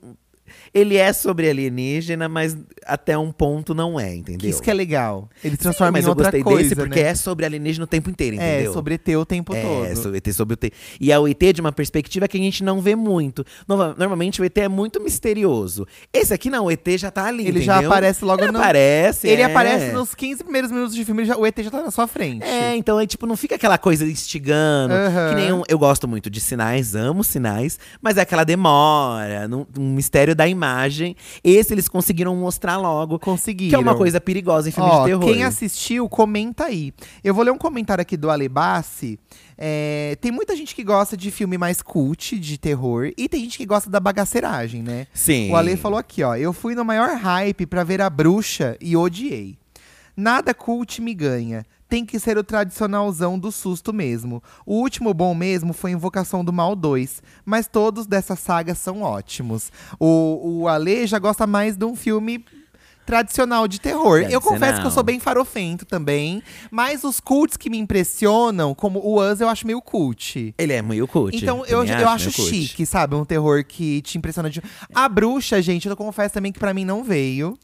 [SPEAKER 2] Ele é sobre alienígena, mas até um ponto não é, entendeu?
[SPEAKER 1] Isso que é legal. Ele
[SPEAKER 2] Sim,
[SPEAKER 1] transforma
[SPEAKER 2] mas
[SPEAKER 1] em
[SPEAKER 2] eu
[SPEAKER 1] outra
[SPEAKER 2] gostei
[SPEAKER 1] coisa,
[SPEAKER 2] desse porque
[SPEAKER 1] né?
[SPEAKER 2] é sobre alienígena o tempo inteiro, entendeu?
[SPEAKER 1] É, sobre ET o tempo
[SPEAKER 2] É,
[SPEAKER 1] todo.
[SPEAKER 2] sobre o ET, sobre o ET. E é o ET de uma perspectiva que a gente não vê muito. Nova- Normalmente o ET é muito misterioso. Esse aqui não, o ET já tá ali,
[SPEAKER 1] Ele já
[SPEAKER 2] entendeu?
[SPEAKER 1] aparece logo
[SPEAKER 2] Ele
[SPEAKER 1] no-
[SPEAKER 2] aparece,
[SPEAKER 1] Ele
[SPEAKER 2] é.
[SPEAKER 1] aparece nos 15 primeiros minutos de filme, ele já- o ET já tá na sua frente.
[SPEAKER 2] É, então é tipo, não fica aquela coisa instigando.
[SPEAKER 1] Aham.
[SPEAKER 2] Que nem um- eu gosto muito de sinais, amo sinais, mas é aquela demora, num- um mistério da imagem. Esse eles conseguiram mostrar logo.
[SPEAKER 1] Conseguiram.
[SPEAKER 2] Que é uma coisa perigosa em filme
[SPEAKER 1] Ó,
[SPEAKER 2] de terror.
[SPEAKER 1] Quem assistiu, comenta aí. Eu vou ler um comentário aqui do Alebassi. É, tem muita gente que gosta de filme mais cult, de terror, e tem gente que gosta da bagaceragem, né?
[SPEAKER 2] Sim.
[SPEAKER 1] O Ale falou aqui, ó. Eu fui no maior hype pra ver a bruxa e odiei. Nada cult me ganha. Tem que ser o tradicionalzão do susto mesmo. O último bom mesmo foi Invocação do Mal 2, mas todos dessa saga são ótimos. O, o Ale já gosta mais de um filme tradicional de terror. Eu
[SPEAKER 2] Tradicional.
[SPEAKER 1] confesso que eu sou bem farofento também, mas os cults que me impressionam, como o Us, eu acho meio cult.
[SPEAKER 2] Ele é meio cult.
[SPEAKER 1] Então eu,
[SPEAKER 2] também
[SPEAKER 1] eu acho
[SPEAKER 2] meio cult.
[SPEAKER 1] chique, sabe? Um terror que te impressiona. De... A bruxa, gente, eu confesso também que pra mim não veio.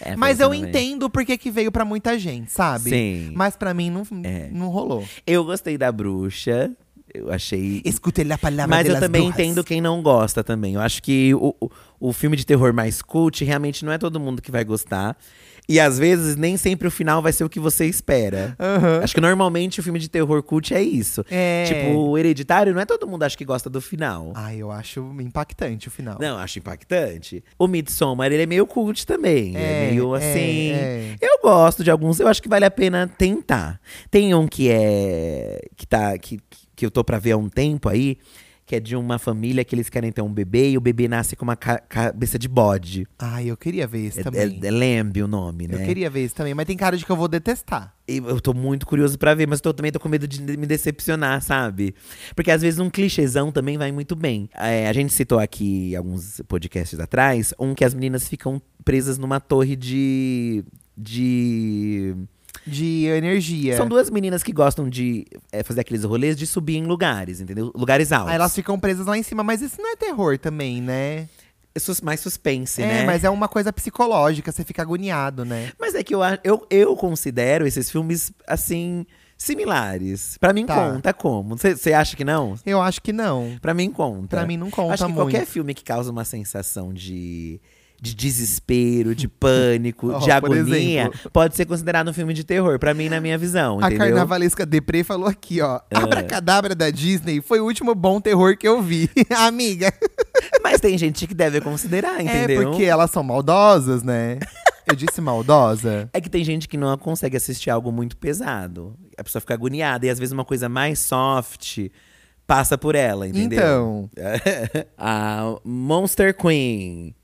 [SPEAKER 2] É,
[SPEAKER 1] mas
[SPEAKER 2] pra
[SPEAKER 1] eu
[SPEAKER 2] mim também.
[SPEAKER 1] entendo porque que veio pra muita gente, sabe?
[SPEAKER 2] Sim. É.
[SPEAKER 1] Mas pra mim não, não rolou.
[SPEAKER 2] Eu gostei da bruxa. Eu achei.
[SPEAKER 1] Escuta ele a palavra
[SPEAKER 2] Mas eu
[SPEAKER 1] delas
[SPEAKER 2] também
[SPEAKER 1] duas.
[SPEAKER 2] entendo quem não gosta também. Eu acho que o, o, o filme de terror mais cult realmente não é todo mundo que vai gostar. E às vezes nem sempre o final vai ser o que você espera.
[SPEAKER 1] Aham.
[SPEAKER 2] Acho que normalmente o filme de terror cult é isso.
[SPEAKER 1] É.
[SPEAKER 2] Tipo, o hereditário não é todo mundo acho que gosta do final.
[SPEAKER 1] Ai, eu acho impactante o final.
[SPEAKER 2] Não, acho impactante. O Midsommar, ele é meio cult também. É,
[SPEAKER 1] É,
[SPEAKER 2] meio
[SPEAKER 1] é,
[SPEAKER 2] assim.
[SPEAKER 1] é.
[SPEAKER 2] Eu gosto de alguns, eu acho que vale a pena tentar. Tem um que é. que tá. que, que eu tô pra ver há um tempo aí, que é de uma família que eles querem ter um bebê e o bebê nasce com uma ca- cabeça de bode.
[SPEAKER 1] Ai, eu queria ver esse
[SPEAKER 2] É,
[SPEAKER 1] também.
[SPEAKER 2] é, é Lambe o nome, né?
[SPEAKER 1] Eu queria ver isso também, mas tem cara de que eu vou detestar.
[SPEAKER 2] E Eu tô muito curioso pra ver, mas eu tô- também tô com medo de me decepcionar, sabe? Porque às vezes um clichêzão também vai muito bem. É, a gente citou aqui alguns podcasts atrás, um que as meninas ficam presas numa torre de. de.
[SPEAKER 1] De energia.
[SPEAKER 2] São duas meninas que gostam de é, fazer aqueles rolês de subir em lugares, entendeu? Lugares altos.
[SPEAKER 1] Aí Ah, elas ficam presas lá em cima, mas isso não é terror também, né?
[SPEAKER 2] Sus- mais suspense,
[SPEAKER 1] é,
[SPEAKER 2] né?
[SPEAKER 1] mas é uma coisa psicológica, você fica agoniado, né?
[SPEAKER 2] Mas é que eu, a- eu, eu considero esses filmes, assim, similares. Pra mim,
[SPEAKER 1] Tá.
[SPEAKER 2] conta como. Você acha que não?
[SPEAKER 1] Eu acho que não.
[SPEAKER 2] Pra mim, conta.
[SPEAKER 1] Pra mim não conta
[SPEAKER 2] Acho que
[SPEAKER 1] muito.
[SPEAKER 2] qualquer filme que causa uma sensação de, de desespero, de pânico,
[SPEAKER 1] Ó,
[SPEAKER 2] de
[SPEAKER 1] por
[SPEAKER 2] agonia,
[SPEAKER 1] exemplo.
[SPEAKER 2] pode ser considerado um filme de terror. Pra mim, na minha visão,
[SPEAKER 1] A
[SPEAKER 2] entendeu? É.
[SPEAKER 1] carnavalesca Depre falou aqui, ó. Abracadabra da Disney foi o último bom terror que eu vi. Amiga.
[SPEAKER 2] Mas tem gente que deve considerar, entendeu?
[SPEAKER 1] É porque elas são maldosas, né? Eu disse maldosa?
[SPEAKER 2] É que tem gente que não consegue assistir algo muito pesado. A pessoa fica agoniada. E às vezes uma coisa mais soft passa por ela, entendeu?
[SPEAKER 1] Então.
[SPEAKER 2] a Monster Queen.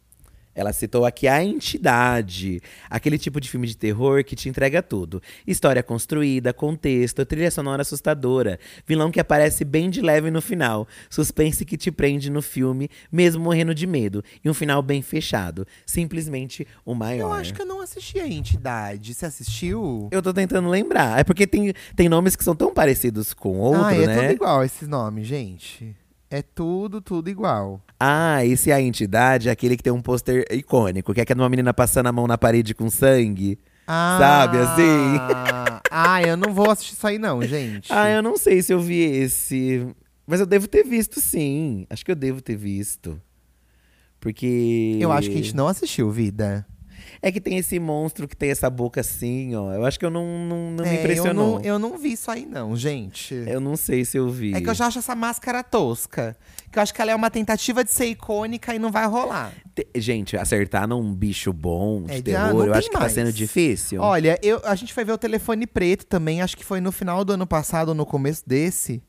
[SPEAKER 2] Ela citou aqui a entidade, aquele tipo de filme de terror que te entrega tudo. História construída, contexto, trilha sonora assustadora, vilão que aparece bem de leve no final, suspense que te prende no filme, mesmo morrendo de medo, e um final bem fechado. Simplesmente o maior.
[SPEAKER 1] Eu acho que eu não assisti a entidade. Você assistiu?
[SPEAKER 2] Eu tô tentando lembrar. É porque tem, tem nomes que são tão parecidos com outro,
[SPEAKER 1] ah, é
[SPEAKER 2] né?
[SPEAKER 1] tudo igual esses nomes, gente. É tudo, tudo igual.
[SPEAKER 2] Ah, esse é a entidade, é aquele que tem um pôster icônico, que é aquela de uma menina passando a mão na parede com sangue.
[SPEAKER 1] Ah,
[SPEAKER 2] Sabe, assim?
[SPEAKER 1] ah, eu não vou assistir isso aí, não, gente.
[SPEAKER 2] Ah, eu não sei se eu vi esse. Mas eu devo ter visto, sim. Acho que eu devo ter visto. Porque.
[SPEAKER 1] Eu acho que a gente não assistiu, vida.
[SPEAKER 2] É que tem esse monstro que tem essa boca assim, ó. Eu acho que eu não, não, não
[SPEAKER 1] É,
[SPEAKER 2] me impressionou.
[SPEAKER 1] Eu não, eu não vi isso aí, não, gente.
[SPEAKER 2] Eu não sei se eu vi.
[SPEAKER 1] É que eu já acho essa máscara tosca. Que eu acho que ela é uma tentativa de ser icônica e não vai rolar.
[SPEAKER 2] Te- Gente, acertar num bicho bom de
[SPEAKER 1] É, já não
[SPEAKER 2] terror, eu
[SPEAKER 1] tem
[SPEAKER 2] acho que tá
[SPEAKER 1] mais.
[SPEAKER 2] sendo difícil.
[SPEAKER 1] Olha, eu- a gente foi ver o telefone preto também, acho que foi no final do ano passado ou no começo desse.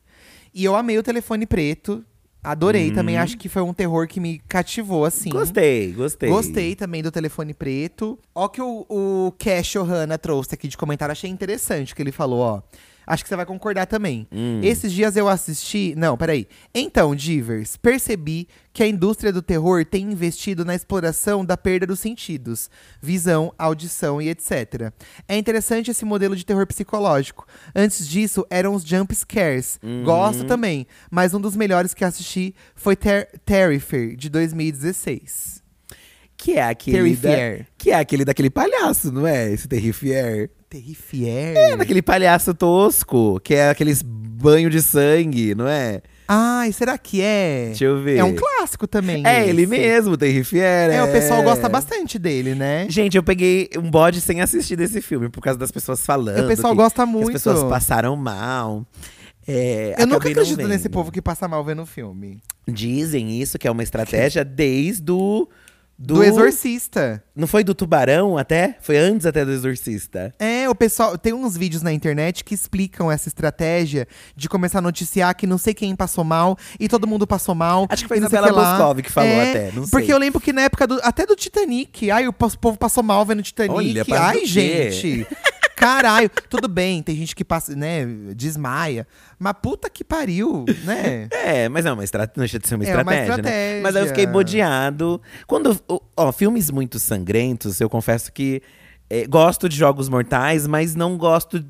[SPEAKER 1] E eu amei o telefone preto. Adorei também, acho que foi um terror que me cativou, assim.
[SPEAKER 2] Gostei, gostei.
[SPEAKER 1] Gostei também do telefone preto. Ó, o que o, o Cash Ohana trouxe aqui de comentário, achei interessante o que ele falou, ó. Acho que você vai concordar também. Esses dias eu assisti. Não, peraí. Então, Divers, percebi que a indústria do terror tem investido na exploração da perda dos sentidos, visão, audição e etc. É interessante esse modelo de terror psicológico. Antes disso, eram os jump scares. Gosto também, mas um dos melhores que assisti foi Ter Terrifier, de 2016.
[SPEAKER 2] Que é aquele. da-
[SPEAKER 1] Terrifier.
[SPEAKER 2] Que é aquele daquele palhaço, não é? Esse Terrifier.
[SPEAKER 1] Terrifier?
[SPEAKER 2] É, daquele palhaço tosco, que é aqueles banho de sangue, não é?
[SPEAKER 1] Ai, será que é?
[SPEAKER 2] Deixa eu ver.
[SPEAKER 1] É um clássico também.
[SPEAKER 2] É ele
[SPEAKER 1] esse.
[SPEAKER 2] mesmo, o Terrifier.
[SPEAKER 1] É, o pessoal gosta bastante dele, né?
[SPEAKER 2] Gente, eu peguei um bode sem assistir desse filme, por causa das pessoas falando.
[SPEAKER 1] O pessoal
[SPEAKER 2] que-
[SPEAKER 1] gosta
[SPEAKER 2] que
[SPEAKER 1] muito.
[SPEAKER 2] As pessoas passaram mal. É,
[SPEAKER 1] Eu nunca
[SPEAKER 2] acabei não
[SPEAKER 1] acredito
[SPEAKER 2] vendo.
[SPEAKER 1] nesse povo que passa mal vendo filme.
[SPEAKER 2] Dizem isso, que é uma estratégia desde o.
[SPEAKER 1] Do, Exorcista.
[SPEAKER 2] Não foi do Tubarão até? Foi antes até do Exorcista.
[SPEAKER 1] É, o pessoal. Tem uns vídeos na internet que explicam essa estratégia de começar a noticiar que não sei quem passou mal e todo mundo passou mal.
[SPEAKER 2] Acho que foi
[SPEAKER 1] e não sei o
[SPEAKER 2] Isabela
[SPEAKER 1] que lá.
[SPEAKER 2] Boscov que falou
[SPEAKER 1] É,
[SPEAKER 2] até, não sei.
[SPEAKER 1] Porque eu lembro que na época do. Até do Titanic. Ai, o pos- povo passou mal vendo Titanic.
[SPEAKER 2] Olha, para
[SPEAKER 1] Ai,
[SPEAKER 2] do quê?
[SPEAKER 1] gente. Caralho, tudo bem, tem gente que passa, né, desmaia. Mas puta que pariu, né?
[SPEAKER 2] É, mas é uma estratégia, não deixa de ser uma
[SPEAKER 1] É uma
[SPEAKER 2] estratégia, né?
[SPEAKER 1] estratégia.
[SPEAKER 2] Mas aí eu fiquei bodeado. Quando, ó, ó, filmes muito sangrentos, eu confesso que eh, gosto de Jogos Mortais, mas não gosto…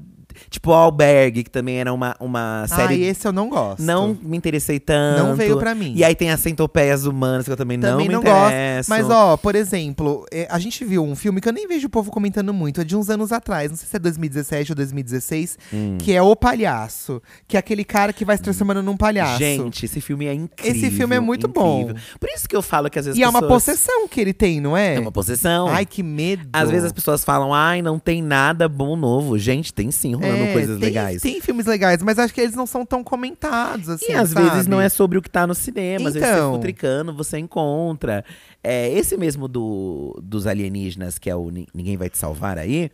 [SPEAKER 2] Tipo, Albergue, que também era uma, uma série…
[SPEAKER 1] Ah, e esse eu não gosto.
[SPEAKER 2] Não me interessei tanto.
[SPEAKER 1] Não veio pra mim.
[SPEAKER 2] E aí tem as centopeias humanas, que eu também, não
[SPEAKER 1] Também
[SPEAKER 2] me
[SPEAKER 1] não, gosto.
[SPEAKER 2] interesso.
[SPEAKER 1] Mas, ó, por exemplo, é, a gente viu um filme que eu nem vejo o povo comentando muito, é de uns anos atrás, não sei se é 2017 ou 2016,
[SPEAKER 2] Hum.
[SPEAKER 1] que é O Palhaço. Que é aquele cara que vai se transformando num palhaço.
[SPEAKER 2] Gente, esse filme é incrível.
[SPEAKER 1] Esse filme é muito bom.
[SPEAKER 2] incrível. Por isso que eu falo que às vezes
[SPEAKER 1] e é uma
[SPEAKER 2] pessoas-
[SPEAKER 1] possessão que ele tem, não é?
[SPEAKER 2] É uma possessão.
[SPEAKER 1] Ai, que medo.
[SPEAKER 2] Às vezes as pessoas falam, ai, não tem nada bom novo. Gente, tem sim rolando
[SPEAKER 1] É,
[SPEAKER 2] coisas
[SPEAKER 1] tem,
[SPEAKER 2] legais.
[SPEAKER 1] Tem filmes legais, mas acho que eles não são tão comentados, assim.
[SPEAKER 2] e às
[SPEAKER 1] sabe?
[SPEAKER 2] vezes não é sobre o que tá no cinema, às vezes você
[SPEAKER 1] Então.
[SPEAKER 2] futricando, você encontra. É, esse mesmo do, dos alienígenas, que é o Ni- Ninguém Vai Te Salvar aí,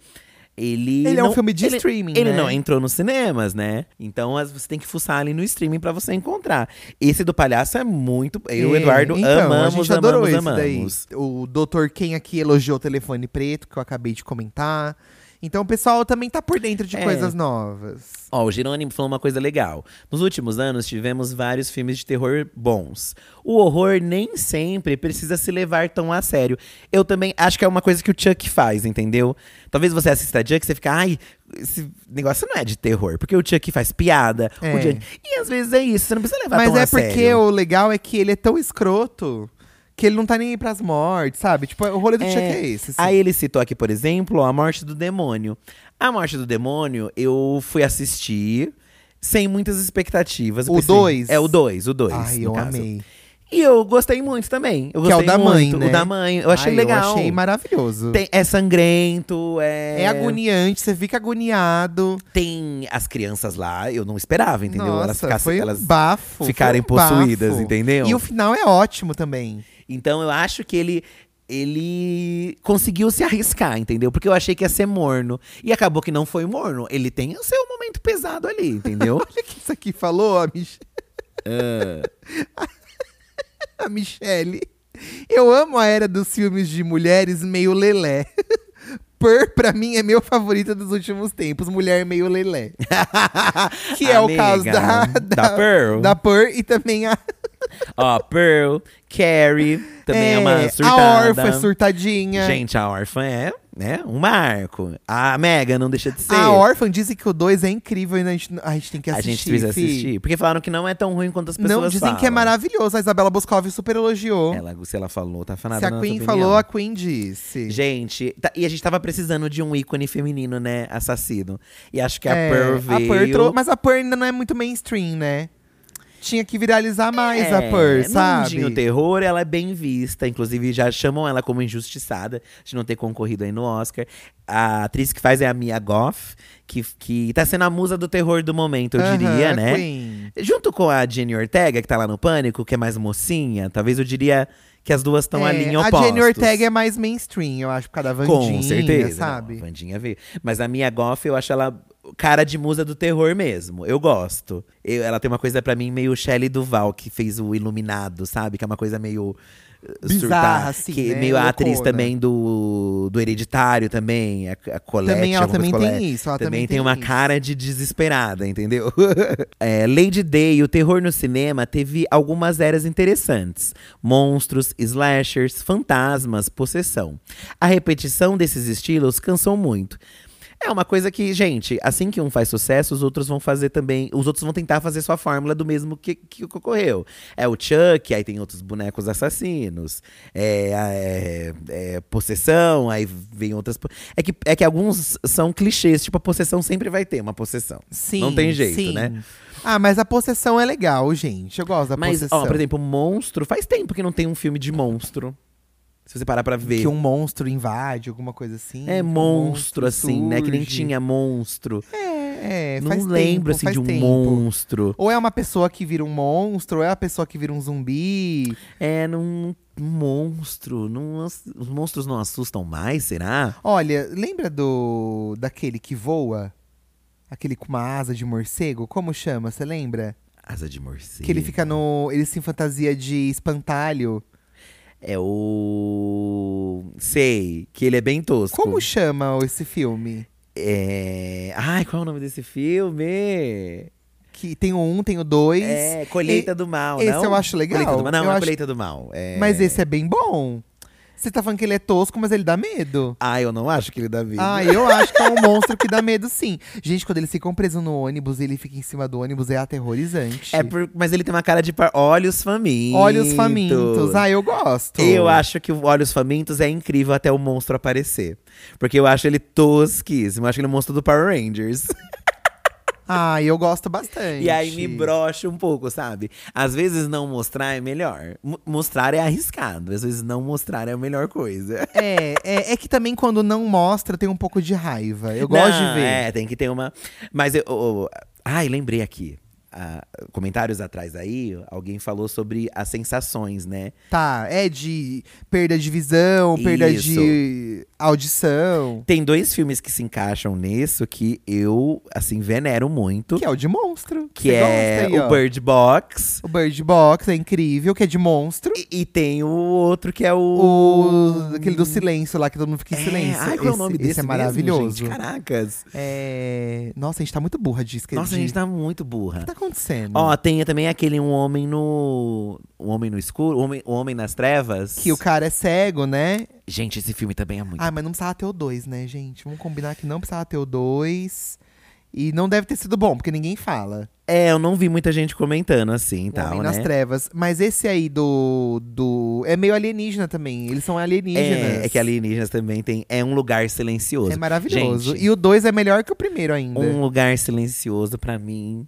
[SPEAKER 2] ele.
[SPEAKER 1] Ele é um
[SPEAKER 2] não,
[SPEAKER 1] filme de
[SPEAKER 2] ele-
[SPEAKER 1] streaming,
[SPEAKER 2] Ele
[SPEAKER 1] né?
[SPEAKER 2] não entrou nos cinemas, né? Então as- você tem que fuçar ali no streaming pra você encontrar. Esse do palhaço é muito. Eu, e o
[SPEAKER 1] É,
[SPEAKER 2] Eduardo,
[SPEAKER 1] então,
[SPEAKER 2] amamos,
[SPEAKER 1] a gente adorou
[SPEAKER 2] amamos,
[SPEAKER 1] esse
[SPEAKER 2] amamos.
[SPEAKER 1] daí. O doutor quem aqui elogiou o telefone preto, que eu acabei de comentar. Então o pessoal também tá por dentro de
[SPEAKER 2] É.
[SPEAKER 1] coisas novas.
[SPEAKER 2] Ó, o Jerônimo falou uma coisa legal. Nos últimos anos tivemos vários filmes de terror bons. O horror nem sempre precisa se levar tão a sério. Eu também acho que é uma coisa que o Chuck faz, entendeu? Talvez você assista a Chuck e você fica, ai, esse negócio não é de terror, porque o Chuck faz piada. o
[SPEAKER 1] É.
[SPEAKER 2] Chuck- E às vezes é isso, você não precisa levar
[SPEAKER 1] Mas
[SPEAKER 2] tão
[SPEAKER 1] é
[SPEAKER 2] a sério.
[SPEAKER 1] porque o legal é que ele é tão escroto que ele não tá nem aí pras mortes, sabe? Tipo, o rolê do Chuck é esse. assim.
[SPEAKER 2] Aí ele citou aqui, por exemplo, ó, a morte do demônio. A morte do demônio, eu fui assistir sem muitas expectativas. Eu
[SPEAKER 1] O
[SPEAKER 2] pensei-
[SPEAKER 1] dois?
[SPEAKER 2] É, o dois, o dois.
[SPEAKER 1] Ai,
[SPEAKER 2] no
[SPEAKER 1] eu
[SPEAKER 2] caso.
[SPEAKER 1] amei.
[SPEAKER 2] E eu gostei muito também. Eu
[SPEAKER 1] Que é o
[SPEAKER 2] gostei
[SPEAKER 1] da mãe,
[SPEAKER 2] muito,
[SPEAKER 1] né?
[SPEAKER 2] O da mãe. Eu achei
[SPEAKER 1] Ai,
[SPEAKER 2] legal.
[SPEAKER 1] Eu achei maravilhoso.
[SPEAKER 2] Tem- é sangrento, é.
[SPEAKER 1] É agoniante, você fica agoniado.
[SPEAKER 2] Tem as crianças lá, eu não esperava, entendeu?
[SPEAKER 1] Nossa,
[SPEAKER 2] elas ficassem.
[SPEAKER 1] foi um
[SPEAKER 2] elas...
[SPEAKER 1] bafo, foi
[SPEAKER 2] ficarem
[SPEAKER 1] um bafo.
[SPEAKER 2] possuídas, entendeu?
[SPEAKER 1] E o final é ótimo também.
[SPEAKER 2] Então eu acho que ele. Ele conseguiu se arriscar, entendeu? Porque eu achei que ia ser morno. E acabou que não foi morno. Ele tem o seu momento pesado ali, entendeu?
[SPEAKER 1] Olha o que isso aqui falou, a Michelle.
[SPEAKER 2] É.
[SPEAKER 1] a Michelle. Eu amo a era dos filmes de mulheres meio lelé. Pur, pra mim, é meu favorito dos últimos tempos. Mulher meio lelé. Que é o
[SPEAKER 2] Amiga,
[SPEAKER 1] caso da,
[SPEAKER 2] da Pearl.
[SPEAKER 1] Da Pearl e também a…
[SPEAKER 2] Ó, Pearl, Carrie, também é, uma surtada.
[SPEAKER 1] A Orfa é surtadinha.
[SPEAKER 2] Gente, a órfã é, né, um marco. A Mega não deixa de ser.
[SPEAKER 1] A Orphan dizem que o 2 é incrível e a gente, a gente tem que
[SPEAKER 2] a
[SPEAKER 1] assistir.
[SPEAKER 2] gente precisa
[SPEAKER 1] fi.
[SPEAKER 2] assistir. Porque falaram que não é tão ruim quanto as pessoas
[SPEAKER 1] Não, dizem que é
[SPEAKER 2] falam.
[SPEAKER 1] maravilhoso. A Isabela Boscov super elogiou.
[SPEAKER 2] Ela, se ela falou, tá falando
[SPEAKER 1] Se a Queen falou, a Queen disse.
[SPEAKER 2] Gente, tá- e a gente tava precisando de um ícone feminino, né, assassino. E acho que a
[SPEAKER 1] É,
[SPEAKER 2] Pearl veio…
[SPEAKER 1] Pearl trou- mas a Pearl ainda não é muito mainstream, né? Tinha que viralizar mais a Pearl,
[SPEAKER 2] É, no mundinho
[SPEAKER 1] sabe?
[SPEAKER 2] terror, ela é bem vista. Inclusive, já chamam ela como injustiçada de não ter concorrido aí no Oscar. A atriz que faz é a Mia Goff, que, que tá sendo a musa do terror do momento, eu diria,
[SPEAKER 1] Aham,
[SPEAKER 2] né?
[SPEAKER 1] Queen.
[SPEAKER 2] Junto com a Jenny Ortega, que tá lá no Pânico, que é mais mocinha, talvez eu diria que as duas estão
[SPEAKER 1] É,
[SPEAKER 2] ali em
[SPEAKER 1] A
[SPEAKER 2] opostos.
[SPEAKER 1] Jenny Ortega é mais mainstream, eu acho, por causa da Vandinha,
[SPEAKER 2] Com certeza,
[SPEAKER 1] sabe?
[SPEAKER 2] Não, a Vandinha veio. Mas a Mia Goff, eu acho ela cara de musa do terror mesmo. Eu gosto. Eu- ela tem uma coisa pra mim meio Shelley Duval, que fez o Iluminado, sabe? Que é uma coisa meio eh,
[SPEAKER 1] Bizarra,
[SPEAKER 2] surtada,
[SPEAKER 1] assim,
[SPEAKER 2] que
[SPEAKER 1] né?
[SPEAKER 2] meio a atriz
[SPEAKER 1] Loucona.
[SPEAKER 2] também do, do Hereditário também, a, a Colette,
[SPEAKER 1] Também, ela
[SPEAKER 2] alguma
[SPEAKER 1] também
[SPEAKER 2] coisa
[SPEAKER 1] tem
[SPEAKER 2] Colette.
[SPEAKER 1] isso, ela
[SPEAKER 2] também,
[SPEAKER 1] também
[SPEAKER 2] tem
[SPEAKER 1] tem
[SPEAKER 2] uma
[SPEAKER 1] isso.
[SPEAKER 2] cara de desesperada, entendeu? É, Lady Day, o terror no cinema teve algumas eras interessantes: monstros, slashers, fantasmas, possessão. A repetição desses estilos cansou muito. É uma coisa que, gente, assim que um faz sucesso, os outros vão fazer também. Os outros vão tentar fazer sua fórmula do mesmo que, que ocorreu. É o Chuck, aí tem outros bonecos assassinos. É, a- é- é possessão, aí vem outras. po- É que, é que alguns são clichês, tipo, a possessão sempre vai ter uma possessão.
[SPEAKER 1] Sim,
[SPEAKER 2] Não tem jeito,
[SPEAKER 1] sim.
[SPEAKER 2] né?
[SPEAKER 1] Ah, mas a possessão é legal, gente. Eu gosto da
[SPEAKER 2] Mas,
[SPEAKER 1] possessão.
[SPEAKER 2] ó, por exemplo, monstro. Faz tempo que não tem um filme de monstro. Se você parar pra ver.
[SPEAKER 1] que um monstro invade, alguma coisa assim.
[SPEAKER 2] É
[SPEAKER 1] que um
[SPEAKER 2] monstro, assim, né? Que nem
[SPEAKER 1] surge.
[SPEAKER 2] tinha monstro.
[SPEAKER 1] É, é
[SPEAKER 2] não
[SPEAKER 1] faz
[SPEAKER 2] lembro,
[SPEAKER 1] tempo,
[SPEAKER 2] assim,
[SPEAKER 1] faz
[SPEAKER 2] de um
[SPEAKER 1] tempo.
[SPEAKER 2] monstro.
[SPEAKER 1] Ou é uma pessoa que vira um monstro, ou é uma pessoa que vira um zumbi.
[SPEAKER 2] É, num um monstro. Não, ass- os monstros não assustam mais, será?
[SPEAKER 1] Olha, lembra do daquele que voa? Aquele com uma asa de morcego? Como chama? Você lembra?
[SPEAKER 2] Asa de morcego.
[SPEAKER 1] Que ele fica no. Ele se fantasia de espantalho.
[SPEAKER 2] É o. Sei, que ele é bem tosco.
[SPEAKER 1] Como chama esse filme?
[SPEAKER 2] É... Ai, qual é o nome desse filme?
[SPEAKER 1] Que tem o um, tem o dois.
[SPEAKER 2] É, Colheita
[SPEAKER 1] E-
[SPEAKER 2] do Mal,
[SPEAKER 1] esse
[SPEAKER 2] não?
[SPEAKER 1] eu acho legal.
[SPEAKER 2] Colheita do Mal, não,
[SPEAKER 1] Eu
[SPEAKER 2] não é
[SPEAKER 1] acho-
[SPEAKER 2] Colheita do Mal. É...
[SPEAKER 1] Mas esse é bem bom. Você tá falando que ele é tosco, mas ele dá medo.
[SPEAKER 2] Ah, eu não acho que ele dá vida.
[SPEAKER 1] Ah, eu acho que é um monstro que dá medo, sim. Gente, quando eles ficam presos no ônibus e ele fica em cima do ônibus, é aterrorizante.
[SPEAKER 2] É por- Mas ele tem uma cara de par... olhos famintos.
[SPEAKER 1] Olhos famintos. Ah, eu gosto.
[SPEAKER 2] Eu acho que o Olhos Famintos é incrível até o monstro aparecer. Porque eu acho ele tosquíssimo. Eu acho ele é um monstro do Power Rangers.
[SPEAKER 1] Ah, eu gosto bastante.
[SPEAKER 2] E aí me brocha um pouco, sabe? Às vezes não mostrar é melhor. Mo- mostrar é arriscado. Às vezes não mostrar é a melhor coisa.
[SPEAKER 1] É, é, é que também quando não mostra, tem um pouco de raiva. Eu gosto
[SPEAKER 2] Não,
[SPEAKER 1] de ver.
[SPEAKER 2] É, tem que ter uma. Mas eu. eu- ai, lembrei aqui. Ah, comentários atrás aí, alguém falou sobre as sensações, né?
[SPEAKER 1] Tá, é de perda de visão, perda de audição.
[SPEAKER 2] Tem dois filmes que se encaixam nisso que eu, assim, venero muito.
[SPEAKER 1] Que é o de monstro.
[SPEAKER 2] Que
[SPEAKER 1] Você
[SPEAKER 2] é
[SPEAKER 1] gosta aí,
[SPEAKER 2] o
[SPEAKER 1] ó.
[SPEAKER 2] Bird Box.
[SPEAKER 1] O Bird Box é incrível, que é de monstro.
[SPEAKER 2] E, e tem o outro que é o.
[SPEAKER 1] O, aquele do silêncio lá, que todo mundo fica em silêncio.
[SPEAKER 2] Hum. É, ai, qual é o
[SPEAKER 1] Esse-
[SPEAKER 2] nome
[SPEAKER 1] esse
[SPEAKER 2] desse
[SPEAKER 1] é
[SPEAKER 2] mesmo,
[SPEAKER 1] maravilhoso.
[SPEAKER 2] gente? Caracas.
[SPEAKER 1] É, Nossa, a gente tá muito burra de esquecer.
[SPEAKER 2] Nossa, a gente tá muito burra.
[SPEAKER 1] O que tá acontecendo?
[SPEAKER 2] Ó, tem também aquele Um Homem no. Um Homem no Escuro, Um Homem, um homem nas Trevas.
[SPEAKER 1] Que o cara é cego, né?
[SPEAKER 2] Gente, esse filme também é muito.
[SPEAKER 1] Ah, mas não precisava ter o 2, né, gente? Vamos combinar que não precisava ter o 2. E não deve ter sido bom, porque ninguém fala.
[SPEAKER 2] É, eu não vi muita gente comentando assim e
[SPEAKER 1] O Um Homem
[SPEAKER 2] tal,
[SPEAKER 1] nas
[SPEAKER 2] né?
[SPEAKER 1] Trevas. Mas esse aí do, do. É meio alienígena também. Eles são alienígenas.
[SPEAKER 2] É, é que alienígenas também tem. É um lugar silencioso.
[SPEAKER 1] É maravilhoso.
[SPEAKER 2] Gente,
[SPEAKER 1] e o 2 é melhor que o primeiro ainda.
[SPEAKER 2] um lugar silencioso pra mim.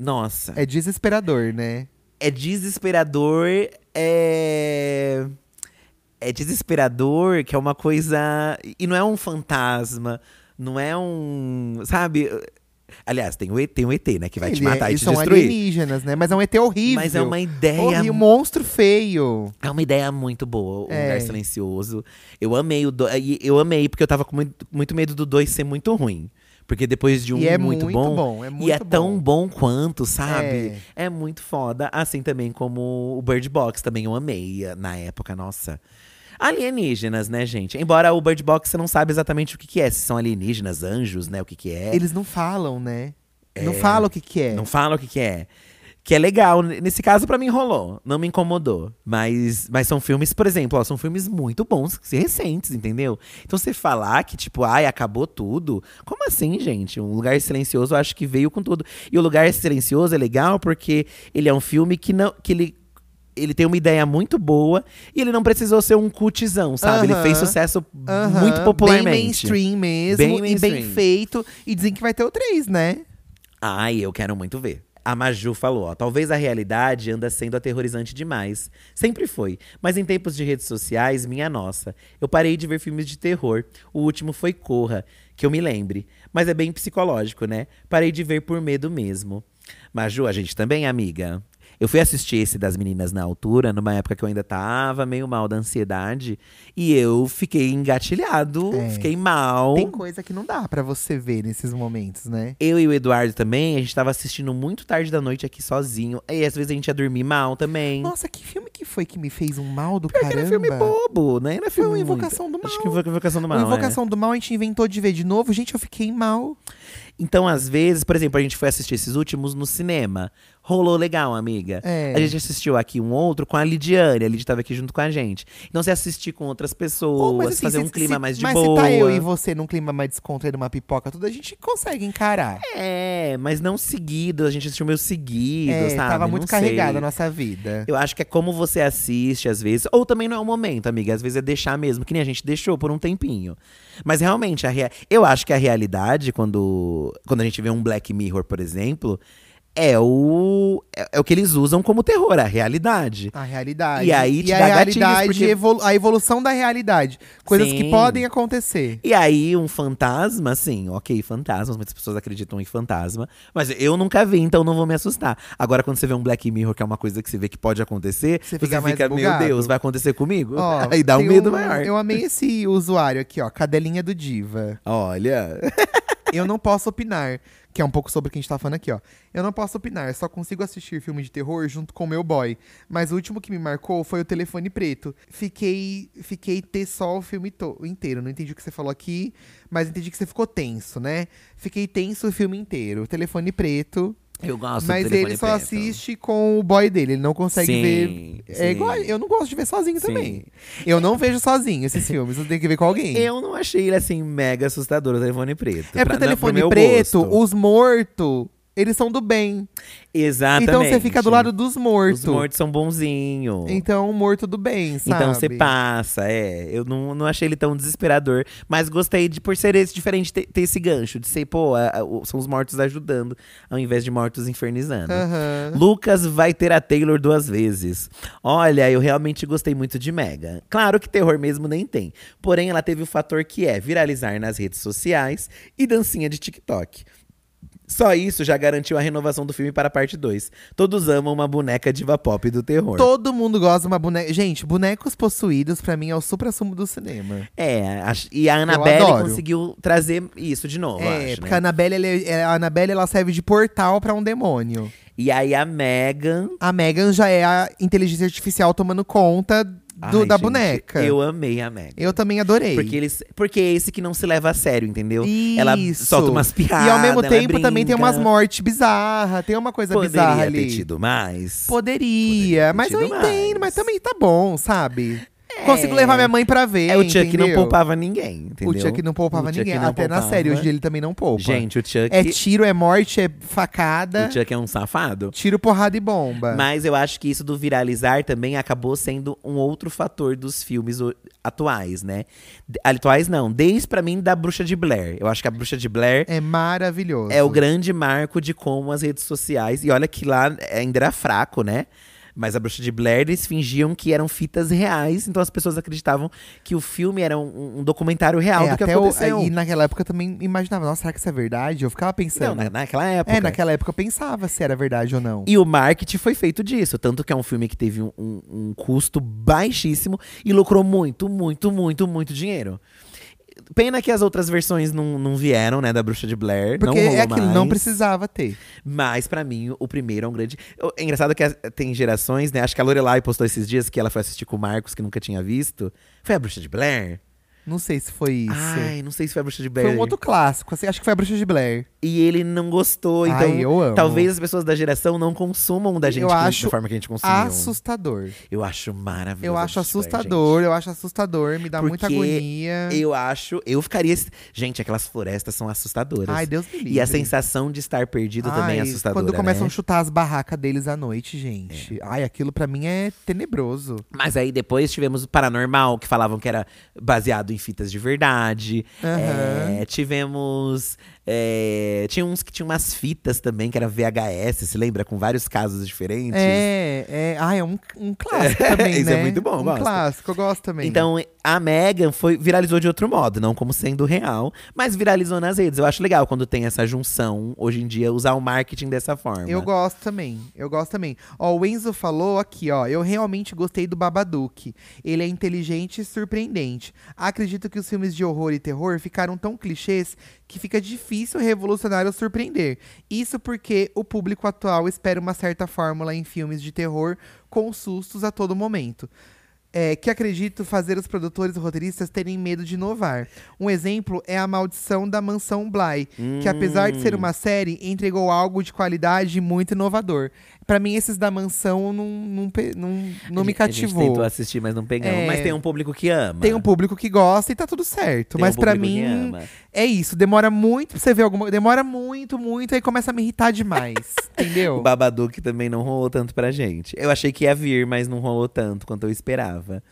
[SPEAKER 2] Nossa.
[SPEAKER 1] É desesperador, né?
[SPEAKER 2] É desesperador. É. É desesperador, que é uma coisa. E não é um fantasma, não é um. Sabe? Aliás, tem o ET, tem o ET né? Que vai te
[SPEAKER 1] Ele é-
[SPEAKER 2] matar e
[SPEAKER 1] eles
[SPEAKER 2] te
[SPEAKER 1] são
[SPEAKER 2] destruir.
[SPEAKER 1] alienígenas, né? Mas é um ET horrível.
[SPEAKER 2] Mas é uma ideia.
[SPEAKER 1] Horrível, um monstro feio.
[SPEAKER 2] É uma ideia muito boa, o
[SPEAKER 1] É.
[SPEAKER 2] lugar silencioso. Eu amei o do... e Eu amei, porque eu tava com muito, muito medo do dois ser muito ruim. Porque depois de um
[SPEAKER 1] e é
[SPEAKER 2] muito, bom.
[SPEAKER 1] É
[SPEAKER 2] e
[SPEAKER 1] muito
[SPEAKER 2] é
[SPEAKER 1] bom.
[SPEAKER 2] tão bom quanto, sabe? É. muito foda. Assim também como o Bird Box também eu amei eh, na época, nossa. Alienígenas, né, gente? Embora o Bird Box você não sabe exatamente o que, que é. Se são alienígenas, anjos, né? O que, que é.
[SPEAKER 1] Eles não falam, né? Não falam o que, que é.
[SPEAKER 2] Não fala o que, que é. Que é legal. N- Nesse caso, pra mim, rolou. Não me incomodou. Mas, mas são filmes, por exemplo, ó, são filmes muito bons, recentes, entendeu? Então você falar que, tipo, ai, acabou tudo. Como assim, gente? Um Lugar Silencioso, eu acho que veio com tudo. E o Lugar Silencioso é legal porque ele é um filme que não. que ele. Ele tem uma ideia muito boa e ele não precisou ser um cutizão, sabe? Ele
[SPEAKER 1] Aham.
[SPEAKER 2] fez sucesso
[SPEAKER 1] Aham,
[SPEAKER 2] muito popularmente.
[SPEAKER 1] Bem mainstream mesmo.
[SPEAKER 2] Bem
[SPEAKER 1] E
[SPEAKER 2] mainstream.
[SPEAKER 1] bem feito. E dizem que vai ter o 3, né?
[SPEAKER 2] Ai, eu quero muito ver. A Maju falou, ó, talvez a realidade anda sendo aterrorizante demais. Sempre foi. Mas em tempos de redes sociais, minha nossa. Eu parei de ver filmes de terror. O último foi Corra, que eu me lembre. Mas é bem psicológico, né? Parei de ver por medo mesmo. Maju, a gente também, amiga. Eu fui assistir esse das meninas na altura, numa época que eu ainda tava meio mal da ansiedade. E eu fiquei engatilhado,
[SPEAKER 1] É.
[SPEAKER 2] fiquei mal.
[SPEAKER 1] Tem coisa que não dá pra você ver nesses momentos, né?
[SPEAKER 2] Eu e o Eduardo também, a gente tava assistindo muito tarde da noite aqui sozinho. E às vezes a gente ia dormir mal também.
[SPEAKER 1] Nossa, que filme que foi que me fez um mal do
[SPEAKER 2] Porque
[SPEAKER 1] caramba?
[SPEAKER 2] era filme bobo, né? Era
[SPEAKER 1] Foi
[SPEAKER 2] filme
[SPEAKER 1] uma
[SPEAKER 2] muito-
[SPEAKER 1] Invocação do Mal.
[SPEAKER 2] Acho que foi Invocação do Mal,
[SPEAKER 1] O
[SPEAKER 2] é.
[SPEAKER 1] Invocação do Mal a gente inventou de ver de novo. Gente, eu fiquei mal.
[SPEAKER 2] Então, às vezes, por exemplo, a gente foi assistir esses últimos no cinema. Rolou legal, amiga.
[SPEAKER 1] É.
[SPEAKER 2] A gente assistiu aqui um outro com a Lidiane. A Lidia tava aqui junto com a gente. Então, você assistir com outras pessoas,
[SPEAKER 1] Ou, mas assim,
[SPEAKER 2] fazer
[SPEAKER 1] se-
[SPEAKER 2] um clima
[SPEAKER 1] se-
[SPEAKER 2] mais de
[SPEAKER 1] mas
[SPEAKER 2] boa.
[SPEAKER 1] se tá eu e você num clima mais descontraído, uma pipoca toda, a gente consegue encarar.
[SPEAKER 2] É, mas não seguido. A gente assistiu meio seguido,
[SPEAKER 1] É,
[SPEAKER 2] sabe?
[SPEAKER 1] tava muito
[SPEAKER 2] Não sei.
[SPEAKER 1] carregada a nossa vida.
[SPEAKER 2] Eu acho que é como você assiste, às vezes. Ou também não é o momento, amiga. Às vezes é deixar mesmo, que nem a gente deixou por um tempinho. Mas realmente, a rea- eu acho que a realidade, quando, quando a gente vê um Black Mirror, por exemplo, é o, é, é o que eles usam como terror, a realidade.
[SPEAKER 1] A realidade.
[SPEAKER 2] E aí te
[SPEAKER 1] a
[SPEAKER 2] dá gatilhos,
[SPEAKER 1] realidade,
[SPEAKER 2] porque-
[SPEAKER 1] evolu- a evolução da realidade. Coisas
[SPEAKER 2] Sim.
[SPEAKER 1] que podem acontecer.
[SPEAKER 2] E aí, um fantasma, assim, ok, fantasmas, muitas pessoas acreditam em fantasma, mas eu nunca vi, então não vou me assustar. Agora, quando você vê um Black Mirror, que é uma coisa que você vê que pode acontecer, você
[SPEAKER 1] Você
[SPEAKER 2] fica,
[SPEAKER 1] fica mais
[SPEAKER 2] meu
[SPEAKER 1] bugado."
[SPEAKER 2] Deus, vai acontecer comigo?
[SPEAKER 1] Ó,
[SPEAKER 2] aí dá um
[SPEAKER 1] tem
[SPEAKER 2] medo maior.
[SPEAKER 1] Eu amei esse usuário aqui, ó. Cadelinha do Diva.
[SPEAKER 2] Olha.
[SPEAKER 1] Eu não posso opinar. que é um pouco sobre o que a gente tá falando aqui, ó. Eu não posso opinar, só consigo assistir filme de terror junto com meu boy. Mas o último que me marcou foi o Telefone Preto. Fiquei, fiquei ter só o filme to- inteiro. Não entendi o que você falou aqui, mas entendi que você ficou tenso, né? Fiquei tenso o filme inteiro. O Telefone Preto.
[SPEAKER 2] Eu gosto do
[SPEAKER 1] mas ele
[SPEAKER 2] Telefone
[SPEAKER 1] só
[SPEAKER 2] Preto.
[SPEAKER 1] assiste com o boy dele. Ele não consegue
[SPEAKER 2] Sim,
[SPEAKER 1] ver. É
[SPEAKER 2] sim.
[SPEAKER 1] igual. Eu não gosto de ver sozinho
[SPEAKER 2] Sim.
[SPEAKER 1] também. Eu não vejo sozinho esses filmes. Eu tenho que ver com alguém.
[SPEAKER 2] Eu não achei ele assim mega assustador, o telefone preto.
[SPEAKER 1] É porque o
[SPEAKER 2] Pra- não, pro
[SPEAKER 1] telefone
[SPEAKER 2] meu
[SPEAKER 1] preto,
[SPEAKER 2] gosto.
[SPEAKER 1] os mortos, eles são do bem.
[SPEAKER 2] Exatamente.
[SPEAKER 1] Então você fica do lado dos mortos.
[SPEAKER 2] Ah, Os mortos são bonzinhos.
[SPEAKER 1] Então, morto do bem, sabe?
[SPEAKER 2] Então você passa, é. Eu não, não achei ele tão desesperador. Mas gostei de, por ser esse diferente, ter, ter esse gancho. De ser, pô, a- a- o- são os mortos ajudando, ao invés de mortos infernizando.
[SPEAKER 1] Aham.
[SPEAKER 2] Lucas vai ter a Taylor duas vezes. Olha, eu realmente gostei muito de Mega. Claro que terror mesmo nem tem. Porém, ela teve o fator que é viralizar nas redes sociais e dancinha de TikTok. Só isso já garantiu a renovação do filme para a parte 2. Todos amam uma boneca diva pop do terror.
[SPEAKER 1] Todo mundo gosta de uma boneca. Gente, bonecos possuídos, pra mim, é o supra-sumo do cinema.
[SPEAKER 2] É, acho- e a Annabelle
[SPEAKER 1] adoro.
[SPEAKER 2] conseguiu trazer isso de novo, eu
[SPEAKER 1] é,
[SPEAKER 2] acho,
[SPEAKER 1] porque
[SPEAKER 2] né?
[SPEAKER 1] a Annabelle, ela é- é- a Annabelle, ela serve de portal pra um demônio.
[SPEAKER 2] E aí a Megan.
[SPEAKER 1] A Megan já é a inteligência artificial tomando conta do-
[SPEAKER 2] Ai,
[SPEAKER 1] da
[SPEAKER 2] gente,
[SPEAKER 1] boneca. Eu,
[SPEAKER 2] Eu amei a Megan.
[SPEAKER 1] também adorei.
[SPEAKER 2] Porque, eles, porque é esse que não se leva a sério, entendeu? Então, Ela solta umas piadas.
[SPEAKER 1] E ao mesmo
[SPEAKER 2] ela
[SPEAKER 1] tempo também tem
[SPEAKER 2] brinca.
[SPEAKER 1] umas mortes bizarras, tem uma coisa
[SPEAKER 2] Poderia
[SPEAKER 1] bizarra
[SPEAKER 2] ter
[SPEAKER 1] ali.
[SPEAKER 2] tido mais. Poderia
[SPEAKER 1] Poderia,
[SPEAKER 2] ter
[SPEAKER 1] mas eu
[SPEAKER 2] tido
[SPEAKER 1] entendo, mas
[SPEAKER 2] mais.
[SPEAKER 1] também tá bom, sabe? Consigo levar minha mãe pra ver.
[SPEAKER 2] é o Chuck não
[SPEAKER 1] entendeu?
[SPEAKER 2] poupava ninguém, entendeu?
[SPEAKER 1] O Chuck não poupava
[SPEAKER 2] O Chuck
[SPEAKER 1] ninguém.
[SPEAKER 2] não
[SPEAKER 1] Até na
[SPEAKER 2] poupava.
[SPEAKER 1] série, hoje em dia ele também não poupa.
[SPEAKER 2] Gente, o Chuck,
[SPEAKER 1] é tiro, é morte, é facada,
[SPEAKER 2] o Chuck é um safado.
[SPEAKER 1] tiro, porrada e bomba.
[SPEAKER 2] Mas eu acho que isso do viralizar também acabou sendo um outro fator dos filmes o- atuais, né? De- Atuais não, desde pra mim da Bruxa de Blair. Eu acho que a Bruxa de Blair
[SPEAKER 1] É maravilhoso.
[SPEAKER 2] é o grande marco de como as redes sociais. E olha que lá ainda era fraco, né? Mas a Bruxa de Blair, eles fingiam que eram fitas reais, então as pessoas acreditavam que o filme era um, um documentário real
[SPEAKER 1] é,
[SPEAKER 2] do que
[SPEAKER 1] até o-
[SPEAKER 2] aconteceu.
[SPEAKER 1] E naquela época eu também imaginava, nossa, será que isso é verdade? Eu ficava
[SPEAKER 2] Não,
[SPEAKER 1] pensando.
[SPEAKER 2] na- naquela época.
[SPEAKER 1] é, naquela época eu pensava se era verdade ou não.
[SPEAKER 2] E o marketing foi feito disso. Tanto que é um filme que teve um, um- um custo baixíssimo e lucrou muito, muito, muito, muito dinheiro. Pena que as outras versões não, não vieram, né, da Bruxa de Blair.
[SPEAKER 1] Porque
[SPEAKER 2] não rolou
[SPEAKER 1] é aquilo,
[SPEAKER 2] mais.
[SPEAKER 1] não precisava ter.
[SPEAKER 2] Mas pra mim, o primeiro é um grande. O- É engraçado que as- tem gerações, né? Acho que a Lorelai postou esses dias que ela foi assistir com o Marcos, que nunca tinha visto. Foi a Bruxa de Blair?
[SPEAKER 1] Não sei se foi isso.
[SPEAKER 2] Ai, não sei se foi a Bruxa de Blair.
[SPEAKER 1] foi um outro clássico, assim, acho que foi a Bruxa de Blair.
[SPEAKER 2] E ele não gostou. Então,
[SPEAKER 1] Ai, eu amo.
[SPEAKER 2] talvez as pessoas da geração não consumam da gente
[SPEAKER 1] Eu
[SPEAKER 2] que-
[SPEAKER 1] acho
[SPEAKER 2] da forma que a gente consumiu.
[SPEAKER 1] Assustador.
[SPEAKER 2] Eu acho maravilhoso.
[SPEAKER 1] Eu
[SPEAKER 2] a
[SPEAKER 1] acho
[SPEAKER 2] Bruxa de Blair,
[SPEAKER 1] assustador, eu acho assustador, me dá muita
[SPEAKER 2] Porque
[SPEAKER 1] agonia.
[SPEAKER 2] gente. Eu acho. Eu ficaria. Gente, aquelas florestas são assustadoras.
[SPEAKER 1] Ai, Deus me livre.
[SPEAKER 2] e a sensação de estar perdido também é
[SPEAKER 1] Ai,
[SPEAKER 2] assustadora.
[SPEAKER 1] Quando um começam
[SPEAKER 2] né?
[SPEAKER 1] a chutar as barracas deles à noite, gente. Ai, aquilo pra mim é tenebroso.
[SPEAKER 2] Mas aí depois tivemos o Paranormal, que falavam que era baseado em fitas de verdade.
[SPEAKER 1] Aham.
[SPEAKER 2] É, tivemos. é, tinha uns que tinham umas fitas também, que era VHS, se lembra? Com vários casos diferentes.
[SPEAKER 1] É, é. Ai, é um, um clássico também,
[SPEAKER 2] Isso
[SPEAKER 1] né?
[SPEAKER 2] é muito bom, eu
[SPEAKER 1] um
[SPEAKER 2] gosto.
[SPEAKER 1] clássico, eu gosto também.
[SPEAKER 2] Então, a Megan foi, viralizou de outro modo, não como sendo real, mas viralizou nas redes. Eu acho legal quando tem essa junção, hoje em dia, usar o marketing dessa forma.
[SPEAKER 1] Eu gosto também, eu gosto também. Ó, o Enzo falou aqui, ó. Eu realmente gostei do Babadook. Ele é inteligente e surpreendente. Acredito que os filmes de horror e terror ficaram tão clichês que fica difícil revolucionar ou surpreender. Isso porque o público atual espera uma certa fórmula em filmes de terror com sustos a todo momento. É, que acredito fazer os produtores e roteiristas terem medo de inovar. Um exemplo é a maldição da mansão Bly, que apesar
[SPEAKER 2] Hum.
[SPEAKER 1] de ser um, uma série, entregou algo de qualidade e muito inovador. Pra mim, esses da mansão não, não, pe- não, não
[SPEAKER 2] A
[SPEAKER 1] me
[SPEAKER 2] gente- A gente
[SPEAKER 1] cativou.
[SPEAKER 2] tentou assistir, mas não pegamos.
[SPEAKER 1] É.
[SPEAKER 2] Mas tem um público que ama.
[SPEAKER 1] Tem um público que gosta e tá tudo certo.
[SPEAKER 2] Tem um
[SPEAKER 1] mas pra
[SPEAKER 2] público que
[SPEAKER 1] mim,
[SPEAKER 2] ama.
[SPEAKER 1] é isso. Demora muito pra você ver alguma Demora muito, muito, aí começa a me irritar demais.
[SPEAKER 2] O
[SPEAKER 1] entendeu?
[SPEAKER 2] Babadook também não rolou tanto pra gente. Eu achei que ia vir, mas não rolou tanto quanto eu esperava.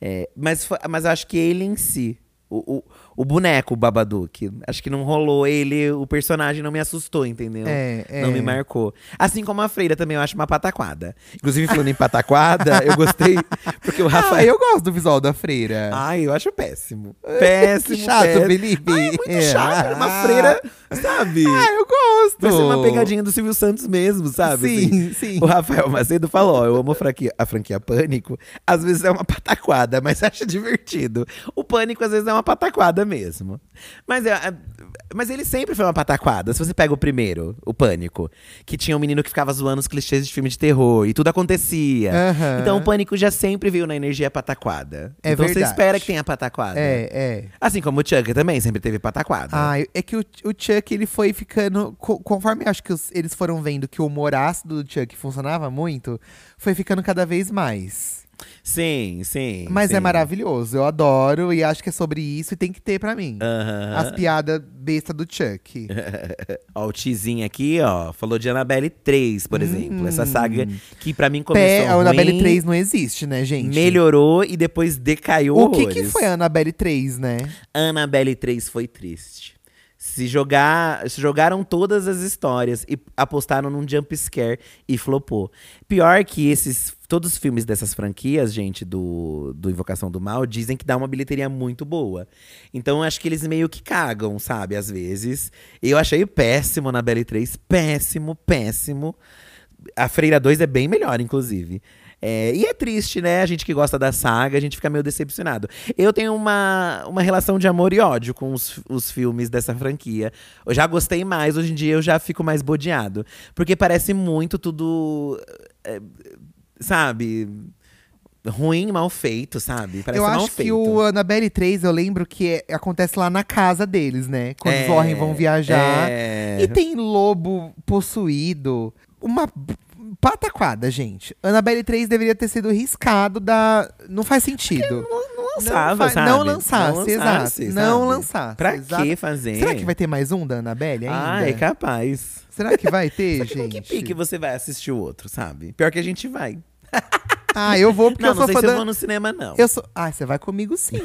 [SPEAKER 2] É, mas, fo- mas eu acho que ele em si, o, o, o boneco, o Babadook, acho que não rolou ele, o personagem não me assustou, entendeu?
[SPEAKER 1] É, é.
[SPEAKER 2] Não me marcou. Assim como a Freira também, eu acho uma pataquada. Inclusive, falando em pataquada, eu gostei, porque o
[SPEAKER 1] Ah,
[SPEAKER 2] Rafael.
[SPEAKER 1] eu gosto do visual da freira.
[SPEAKER 2] Ai, eu acho péssimo. Péssimo,
[SPEAKER 1] que chato,
[SPEAKER 2] péssimo.
[SPEAKER 1] Felipe.
[SPEAKER 2] Ai, é muito chato. era Uma freira, sabe?
[SPEAKER 1] Ah, eu gosto.
[SPEAKER 2] Vai ser uma pegadinha do Silvio Santos mesmo, sabe? Assim,
[SPEAKER 1] Sim, sim.
[SPEAKER 2] O Rafael Macedo falou: ó, eu amo a franquia, a franquia Pânico. Às vezes é uma pataquada, mas acha divertido. O Pânico às vezes é uma pataquada pataquada mesmo. Mas, é- é- mas ele sempre foi uma pataquada. Se você pega o primeiro, o Pânico, que tinha um menino que ficava zoando os clichês de filme de terror e tudo acontecia.
[SPEAKER 1] Aham.
[SPEAKER 2] Então o Pânico já sempre veio na energia pataquada.
[SPEAKER 1] É
[SPEAKER 2] então
[SPEAKER 1] verdade.
[SPEAKER 2] você espera que tenha pataquada.
[SPEAKER 1] É, é.
[SPEAKER 2] Assim como o Chuck também sempre teve pataquada.
[SPEAKER 1] Ah, eu- é que o, o Chuck, ele foi ficando. co- Conforme eu acho que os- eles foram vendo que o humor ácido do Chuck funcionava muito, foi ficando cada vez mais.
[SPEAKER 2] Sim, sim.
[SPEAKER 1] Mas
[SPEAKER 2] sim.
[SPEAKER 1] é maravilhoso, eu adoro e acho que é sobre isso e tem que ter pra mim.
[SPEAKER 2] Aham.
[SPEAKER 1] As piadas besta do Chuck.
[SPEAKER 2] Ó, o Tizinho aqui, ó, falou de Annabelle 3, por exemplo. Essa saga que pra mim começou
[SPEAKER 1] Hum. Pé, a Annabelle
[SPEAKER 2] ruim,
[SPEAKER 1] 3 não existe, né, gente?
[SPEAKER 2] melhorou e depois decaiu
[SPEAKER 1] O que, que
[SPEAKER 2] horrores.
[SPEAKER 1] foi a Annabelle 3, né?
[SPEAKER 2] Annabelle 3 foi triste. Se jogar, se jogaram todas as histórias e apostaram num jump scare e flopou. Pior que esses todos os filmes dessas franquias, gente, do, do Invocação do Mal, dizem que dá uma bilheteria muito boa. Então eu acho que eles meio que cagam, sabe, às vezes. Eu achei péssimo Annabelle 3, péssimo, péssimo. A Freira 2 é bem melhor, inclusive. É, e é triste, né? A gente que gosta da saga, a gente fica meio decepcionado. Eu tenho uma, uma relação de amor e ódio com os, os filmes dessa franquia. Eu já gostei mais, hoje em dia eu já fico mais bodeado. Porque parece muito tudo. é, sabe? Ruim, mal feito, sabe? Parece
[SPEAKER 1] eu
[SPEAKER 2] mal
[SPEAKER 1] acho
[SPEAKER 2] feito.
[SPEAKER 1] que o Annabelle 3, eu lembro que é- acontece lá na casa deles, né? Quando
[SPEAKER 2] É,
[SPEAKER 1] os Warren vão viajar.
[SPEAKER 2] é.
[SPEAKER 1] E tem lobo possuído. Uma b- pataquada, gente. Annabelle 3 deveria ter sido riscado da. Não faz sentido.
[SPEAKER 2] Não, não
[SPEAKER 1] Não
[SPEAKER 2] lançava,
[SPEAKER 1] fa-
[SPEAKER 2] sabe?
[SPEAKER 1] Não lançasse,
[SPEAKER 2] lançasse,
[SPEAKER 1] exato. Não
[SPEAKER 2] sabe?
[SPEAKER 1] lançasse.
[SPEAKER 2] Pra né?
[SPEAKER 1] exato.
[SPEAKER 2] que fazer?
[SPEAKER 1] Será que vai ter mais um da Annabelle ainda?
[SPEAKER 2] Ah, é capaz.
[SPEAKER 1] Será que vai ter,
[SPEAKER 2] Só que com
[SPEAKER 1] gente?
[SPEAKER 2] que pique você vai assistir o outro, sabe? Pior que a gente vai.
[SPEAKER 1] Ah, eu vou porque
[SPEAKER 2] não,
[SPEAKER 1] eu
[SPEAKER 2] não
[SPEAKER 1] sou
[SPEAKER 2] sei
[SPEAKER 1] fã
[SPEAKER 2] se eu
[SPEAKER 1] da.
[SPEAKER 2] vou no cinema, não.
[SPEAKER 1] Eu sou. Ah, você vai comigo sim.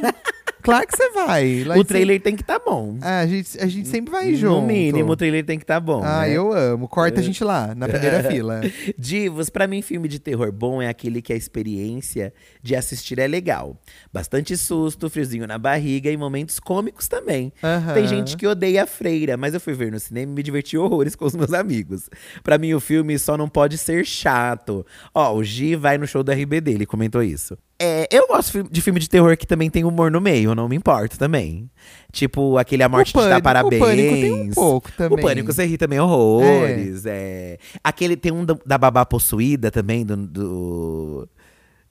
[SPEAKER 1] claro que você vai. Lá em
[SPEAKER 2] o trailer tem que tá bom.
[SPEAKER 1] cima- Ah, a, gente, a gente sempre vai junto.
[SPEAKER 2] No mínimo, o trailer tem que tá bom.
[SPEAKER 1] Ah,
[SPEAKER 2] né?
[SPEAKER 1] eu amo. Corta a gente lá, na primeira fila.
[SPEAKER 2] Divos, pra mim, filme de terror bom é aquele que a experiência de assistir é legal. Bastante susto, friozinho na barriga e momentos cômicos também.
[SPEAKER 1] Aham.
[SPEAKER 2] Tem gente que odeia a freira, mas eu fui ver no cinema e me diverti horrores com os meus amigos. Pra mim, o filme só não pode ser chato. Ó, o Gi vai no show do RBD, ele comentou isso. É, eu gosto fi- de filme de terror que também tem humor no meio, eu não me importo também. Tipo, aquele A Morte Te Dá Parabéns.
[SPEAKER 1] O pânico tem um pouco também.
[SPEAKER 2] O Pânico você ri também horrores. É. Aquele tem um da, da Babá Possuída também, do, do-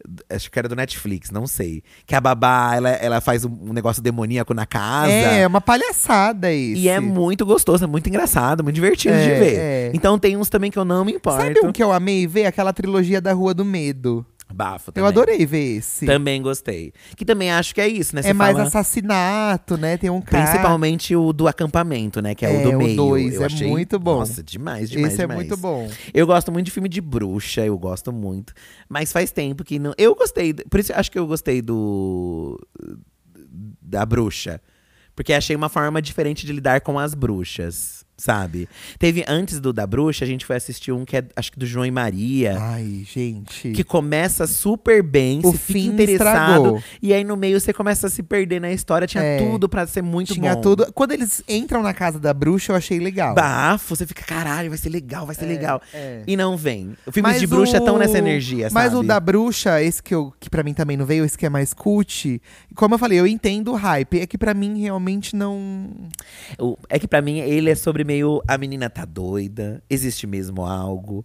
[SPEAKER 2] do- Acho que era do Netflix, não sei. Que a babá, ela, ela faz um, um negócio demoníaco na casa.
[SPEAKER 1] É, é uma palhaçada isso.
[SPEAKER 2] E é muito gostoso, é muito engraçado, muito divertido de
[SPEAKER 1] É,
[SPEAKER 2] ver.
[SPEAKER 1] é.
[SPEAKER 2] Então tem uns também que eu não me importo.
[SPEAKER 1] Sabe um que eu amei ver? Aquela trilogia da Rua do Medo.
[SPEAKER 2] Bafo
[SPEAKER 1] Eu
[SPEAKER 2] também.
[SPEAKER 1] adorei ver esse.
[SPEAKER 2] Também gostei. Que também acho que é isso, né? Você
[SPEAKER 1] é mais
[SPEAKER 2] fala-
[SPEAKER 1] assassinato, né? Tem um cara.
[SPEAKER 2] Principalmente o do acampamento, né? Que é,
[SPEAKER 1] É,
[SPEAKER 2] o do
[SPEAKER 1] o
[SPEAKER 2] meio.
[SPEAKER 1] dois,
[SPEAKER 2] Eu
[SPEAKER 1] é
[SPEAKER 2] achei-
[SPEAKER 1] muito bom.
[SPEAKER 2] Nossa, demais, demais,
[SPEAKER 1] Esse é
[SPEAKER 2] demais.
[SPEAKER 1] muito bom.
[SPEAKER 2] Eu gosto muito de filme de bruxa, eu gosto muito. Mas faz tempo que não. Eu gostei. Por isso acho que eu gostei do. Da bruxa. Porque achei uma forma diferente de lidar com as bruxas, sabe? Teve antes do da bruxa, a gente foi assistir um que é, acho que do João e Maria.
[SPEAKER 1] Ai, gente.
[SPEAKER 2] É. Que começa super bem,
[SPEAKER 1] O
[SPEAKER 2] se fica
[SPEAKER 1] fim
[SPEAKER 2] interessado.
[SPEAKER 1] estragou.
[SPEAKER 2] E aí no meio você começa a se perder na história. Tinha
[SPEAKER 1] É.
[SPEAKER 2] tudo pra ser muito
[SPEAKER 1] Tinha
[SPEAKER 2] bom.
[SPEAKER 1] tudo. Quando eles entram na casa da bruxa, eu achei legal.
[SPEAKER 2] Bafo, você fica, caralho, vai ser legal, vai ser legal.
[SPEAKER 1] é.
[SPEAKER 2] E não vem. Filmes
[SPEAKER 1] Mas
[SPEAKER 2] de bruxa
[SPEAKER 1] o-
[SPEAKER 2] estão nessa energia,
[SPEAKER 1] Mas
[SPEAKER 2] sabe?
[SPEAKER 1] o da bruxa, esse que, eu, que pra mim também não veio, esse que é mais cult. Como eu falei, eu entendo o hype. É que pra mim realmente não.
[SPEAKER 2] O- É que pra mim ele é sobre meio a menina tá doida, existe mesmo algo.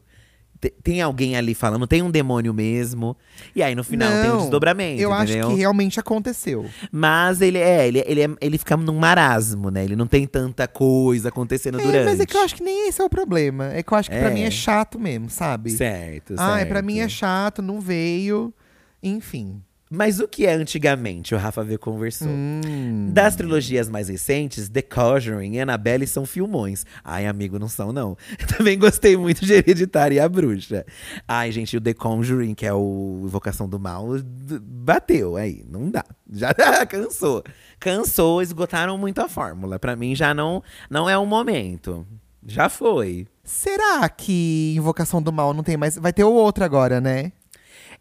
[SPEAKER 2] te- Tem alguém ali falando, tem um demônio mesmo. E aí no final tem um desdobramento,
[SPEAKER 1] Eu
[SPEAKER 2] entendeu?
[SPEAKER 1] acho que realmente aconteceu.
[SPEAKER 2] Mas ele é, ele, ele, é, ele fica num marasmo, né? Ele não tem tanta coisa acontecendo
[SPEAKER 1] É,
[SPEAKER 2] durante.
[SPEAKER 1] mas é que eu acho que nem esse é o problema. É que eu acho que pra
[SPEAKER 2] É.
[SPEAKER 1] mim é chato mesmo, sabe?
[SPEAKER 2] Certo,
[SPEAKER 1] Ah, é,
[SPEAKER 2] certo.
[SPEAKER 1] pra mim é chato, não veio. Enfim.
[SPEAKER 2] Mas o que é antigamente? O Rafa V conversou.
[SPEAKER 1] Hum.
[SPEAKER 2] Das trilogias mais recentes, The Conjuring e Annabelle são filmões. Ai, amigo, não são, não. Também gostei muito de Hereditário e A Bruxa. Ai, gente, o The Conjuring, que é o Invocação do Mal, d- bateu aí. Não dá. Já cansou. Cansou, esgotaram muito a fórmula. Pra mim, já não, não é o momento. Já foi.
[SPEAKER 1] Será que Invocação do Mal não tem mais. Vai ter o outro agora, né?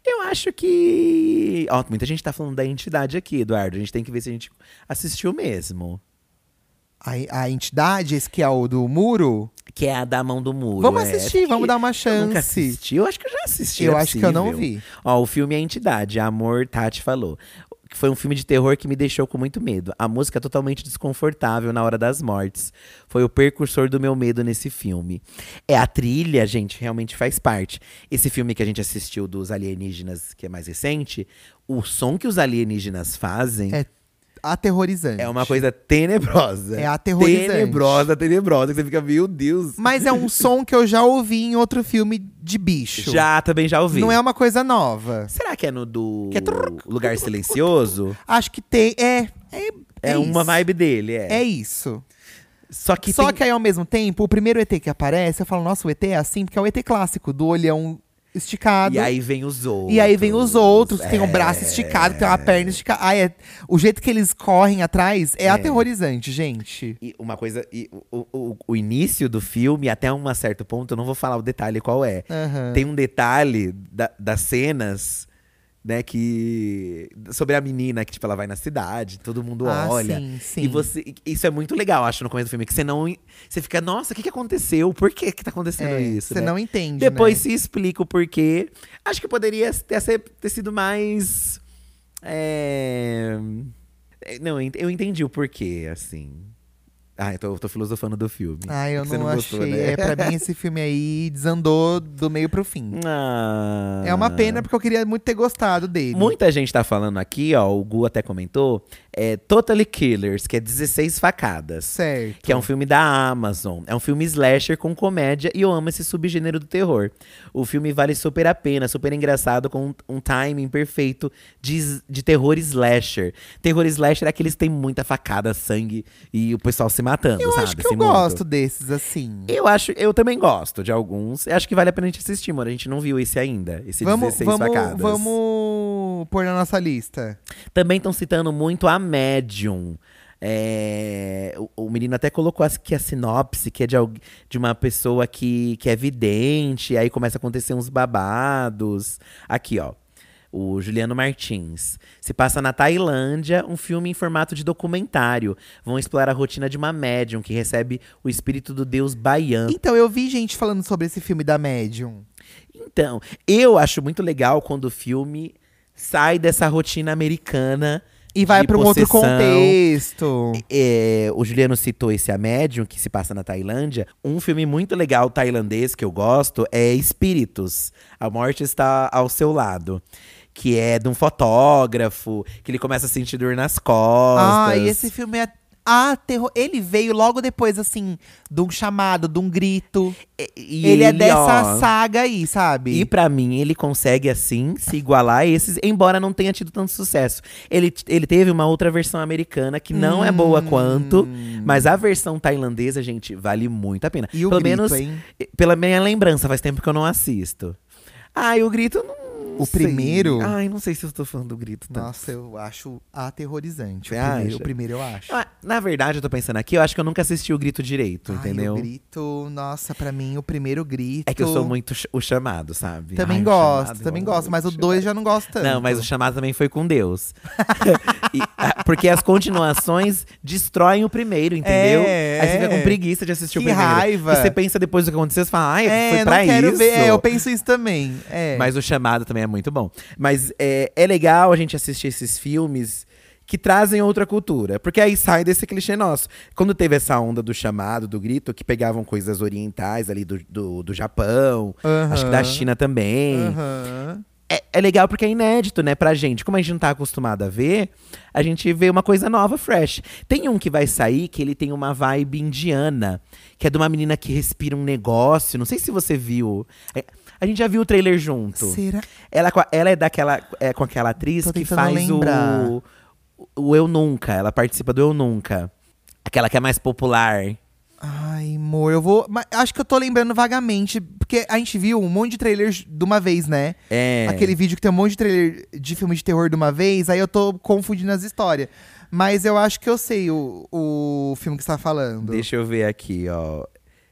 [SPEAKER 2] Eu acho que. Ó, muita gente tá falando da entidade aqui, Eduardo. A gente tem que ver se a gente assistiu mesmo.
[SPEAKER 1] A, a entidade, esse que é o do muro.
[SPEAKER 2] Que é a da mão do muro.
[SPEAKER 1] Vamos
[SPEAKER 2] é.
[SPEAKER 1] assistir, vamos dar uma
[SPEAKER 2] Eu nunca
[SPEAKER 1] chance.
[SPEAKER 2] assisti, eu acho que eu já assisti.
[SPEAKER 1] Eu
[SPEAKER 2] não é
[SPEAKER 1] acho que eu não
[SPEAKER 2] possível.
[SPEAKER 1] vi.
[SPEAKER 2] Ó, o filme é a entidade, Amor Tati falou. que foi um filme de terror que me deixou com muito medo. A música é totalmente desconfortável na hora das mortes. Foi o precursor do meu medo nesse filme. É a trilha, gente, realmente faz parte. Esse filme que a gente assistiu dos alienígenas, que é mais recente, o som que os alienígenas fazem
[SPEAKER 1] É aterrorizante.
[SPEAKER 2] é uma coisa tenebrosa.
[SPEAKER 1] É aterrorizante.
[SPEAKER 2] Tenebrosa, tenebrosa. Que você fica, meu Deus.
[SPEAKER 1] Mas é um som que eu já ouvi em outro filme de bicho.
[SPEAKER 2] Já, também já ouvi.
[SPEAKER 1] Não é uma coisa nova.
[SPEAKER 2] Será que é no do
[SPEAKER 1] Que é trrr,
[SPEAKER 2] Lugar Silencioso?
[SPEAKER 1] Acho que tem. É. É,
[SPEAKER 2] É, uma
[SPEAKER 1] isso.
[SPEAKER 2] vibe dele, é.
[SPEAKER 1] É isso.
[SPEAKER 2] Só que
[SPEAKER 1] Só
[SPEAKER 2] tem-
[SPEAKER 1] que aí, ao mesmo tempo, o primeiro ET que aparece, eu falo, nossa, o ET é assim, porque é o ET clássico, do olhão esticado.
[SPEAKER 2] E aí vem os outros.
[SPEAKER 1] é
[SPEAKER 2] É.
[SPEAKER 1] E aí vem os outros, que tem o braço esticado, que tem uma perna esticada. Ah, é, o jeito que eles correm atrás é, aterrorizante, gente.
[SPEAKER 2] E uma coisa, e o, o, o início do filme, até um certo ponto, eu não vou falar o detalhe qual é.
[SPEAKER 1] Aham.
[SPEAKER 2] Tem um detalhe da- das cenas, né, que. Sobre a menina que, tipo, ela vai na cidade, todo mundo
[SPEAKER 1] Ah,
[SPEAKER 2] olha.
[SPEAKER 1] sim, sim.
[SPEAKER 2] E você. e Isso é muito legal, acho, no começo do filme. Que você não. Você fica, nossa, o que, que aconteceu? Por que, que tá acontecendo
[SPEAKER 1] É,
[SPEAKER 2] isso?
[SPEAKER 1] Você
[SPEAKER 2] né?
[SPEAKER 1] não entende.
[SPEAKER 2] Depois
[SPEAKER 1] né?
[SPEAKER 2] se explica o porquê. Acho que poderia ter, ser- ter sido mais. é, é, Não, eu ent- eu entendi o porquê, assim. Ah, eu tô, eu tô filosofando do filme.
[SPEAKER 1] Ah, eu
[SPEAKER 2] Que você
[SPEAKER 1] não, achei.
[SPEAKER 2] gostou, né?
[SPEAKER 1] É, pra mim, esse filme aí desandou do meio pro fim.
[SPEAKER 2] Ah.
[SPEAKER 1] É uma pena, porque eu queria muito ter gostado dele.
[SPEAKER 2] Muita gente tá falando aqui, ó, o Gu até comentou, é Totally Killers, que é 16 facadas.
[SPEAKER 1] Certo.
[SPEAKER 2] Que é um filme da Amazon. É um filme slasher com comédia e eu amo esse subgênero do terror. O filme vale super a pena, super engraçado, com um, um timing perfeito de, s- de terror slasher. Terror slasher é aqueles que tem muita facada, sangue e o pessoal se matando,
[SPEAKER 1] Eu
[SPEAKER 2] sabe?
[SPEAKER 1] acho que
[SPEAKER 2] Assim,
[SPEAKER 1] eu
[SPEAKER 2] muito.
[SPEAKER 1] gosto desses, assim.
[SPEAKER 2] Eu acho, eu também gosto de alguns. Eu Acho que vale a pena a gente assistir, mano. A gente não viu esse ainda, esse
[SPEAKER 1] Vamos,
[SPEAKER 2] 16
[SPEAKER 1] vamos,
[SPEAKER 2] facadas.
[SPEAKER 1] vamos pôr na nossa lista.
[SPEAKER 2] Também estão citando muito a Medium. É, o, o menino até colocou as- que a sinopse, que é de, algu- de uma pessoa que, que é vidente, aí começa a acontecer uns babados. Aqui, ó. O Juliano Martins. Se passa na Tailândia, um filme em formato de documentário. Vão explorar a rotina de uma médium que recebe o espírito do deus Baian.
[SPEAKER 1] Então, eu vi gente falando sobre esse filme da Medium.
[SPEAKER 2] Então, eu acho muito legal quando o filme sai dessa rotina americana.
[SPEAKER 1] E vai
[SPEAKER 2] de
[SPEAKER 1] pra um outro
[SPEAKER 2] possessão.
[SPEAKER 1] contexto.
[SPEAKER 2] É, o Juliano citou esse A Médium, que se passa na Tailândia. Um filme muito legal tailandês que eu gosto é Espíritos. A Morte está ao seu lado. Que é de um fotógrafo, que ele começa a sentir dor nas costas.
[SPEAKER 1] Ah, e esse filme é aterro. Ele veio logo depois, assim, de um chamado, de um grito.
[SPEAKER 2] E- e
[SPEAKER 1] Ele, é dessa
[SPEAKER 2] ó,
[SPEAKER 1] saga aí, sabe?
[SPEAKER 2] E pra mim, ele consegue, assim, se igualar a esses, embora não tenha tido tanto sucesso. Ele, ele teve uma outra versão americana que não é
[SPEAKER 1] Hum.
[SPEAKER 2] boa quanto, mas a versão tailandesa, gente, vale muito a pena.
[SPEAKER 1] E o
[SPEAKER 2] Pelo
[SPEAKER 1] grito,
[SPEAKER 2] menos,
[SPEAKER 1] hein?
[SPEAKER 2] pela minha lembrança, faz tempo que eu não assisto. Ah, e o grito não.
[SPEAKER 1] O
[SPEAKER 2] sei.
[SPEAKER 1] primeiro? Tá.
[SPEAKER 2] Ai, não sei se eu tô falando do grito. Tanto.
[SPEAKER 1] Nossa, eu acho aterrorizante. O
[SPEAKER 2] Você
[SPEAKER 1] primeiro,
[SPEAKER 2] acha?
[SPEAKER 1] o primeiro eu acho.
[SPEAKER 2] Ah, Na verdade, eu tô pensando aqui, eu acho que eu nunca assisti o grito direito,
[SPEAKER 1] Ai,
[SPEAKER 2] entendeu?
[SPEAKER 1] o grito, nossa, pra mim, o primeiro grito.
[SPEAKER 2] É que eu sou muito ch- o chamado, sabe?
[SPEAKER 1] Também
[SPEAKER 2] Ai, o
[SPEAKER 1] gosto,
[SPEAKER 2] chamado, eu
[SPEAKER 1] também
[SPEAKER 2] amo
[SPEAKER 1] gosto, mas o
[SPEAKER 2] chamado.
[SPEAKER 1] dois já não gosto tanto.
[SPEAKER 2] né? Não, mas o chamado também foi com Deus. E, ah, porque as continuações destroem o primeiro, entendeu?
[SPEAKER 1] É,
[SPEAKER 2] Aí você fica
[SPEAKER 1] é.
[SPEAKER 2] com preguiça de assistir o
[SPEAKER 1] Que
[SPEAKER 2] primeiro.
[SPEAKER 1] raiva.
[SPEAKER 2] E você pensa depois do que aconteceu, você fala, ai,
[SPEAKER 1] é,
[SPEAKER 2] foi
[SPEAKER 1] não
[SPEAKER 2] pra
[SPEAKER 1] quero
[SPEAKER 2] isso.
[SPEAKER 1] ver. É, eu penso isso também. É.
[SPEAKER 2] Mas o chamado também é muito bom. Mas é, é legal a gente assistir esses filmes que trazem outra cultura. Porque aí sai desse clichê nosso. Quando teve essa onda do chamado, do grito, que pegavam coisas orientais ali do, do, do Japão,
[SPEAKER 1] Aham.
[SPEAKER 2] acho que da China também.
[SPEAKER 1] Aham.
[SPEAKER 2] É, é legal porque é inédito, né, pra gente. Como a gente não tá acostumado a ver, a gente vê uma coisa nova, fresh. Tem um que vai sair que ele tem uma vibe indiana, que é de uma menina que respira um negócio. Não sei se você viu. É, A gente já viu o trailer junto.
[SPEAKER 1] Será?
[SPEAKER 2] Ela, é com a- ela é daquela. É com aquela atriz
[SPEAKER 1] Tô
[SPEAKER 2] que
[SPEAKER 1] tentando
[SPEAKER 2] faz
[SPEAKER 1] lembrar.
[SPEAKER 2] o, o Eu Nunca. Ela participa do Eu Nunca. Aquela que é mais popular.
[SPEAKER 1] Ai, amor, eu vou. mas acho que eu tô lembrando vagamente, porque a gente viu um monte de trailers de uma vez, né?
[SPEAKER 2] É.
[SPEAKER 1] Aquele vídeo que tem um monte de trailer de filme de terror de uma vez, aí eu tô confundindo as histórias. Mas eu acho que eu sei o, o filme que você tá falando.
[SPEAKER 2] Deixa eu ver aqui, ó.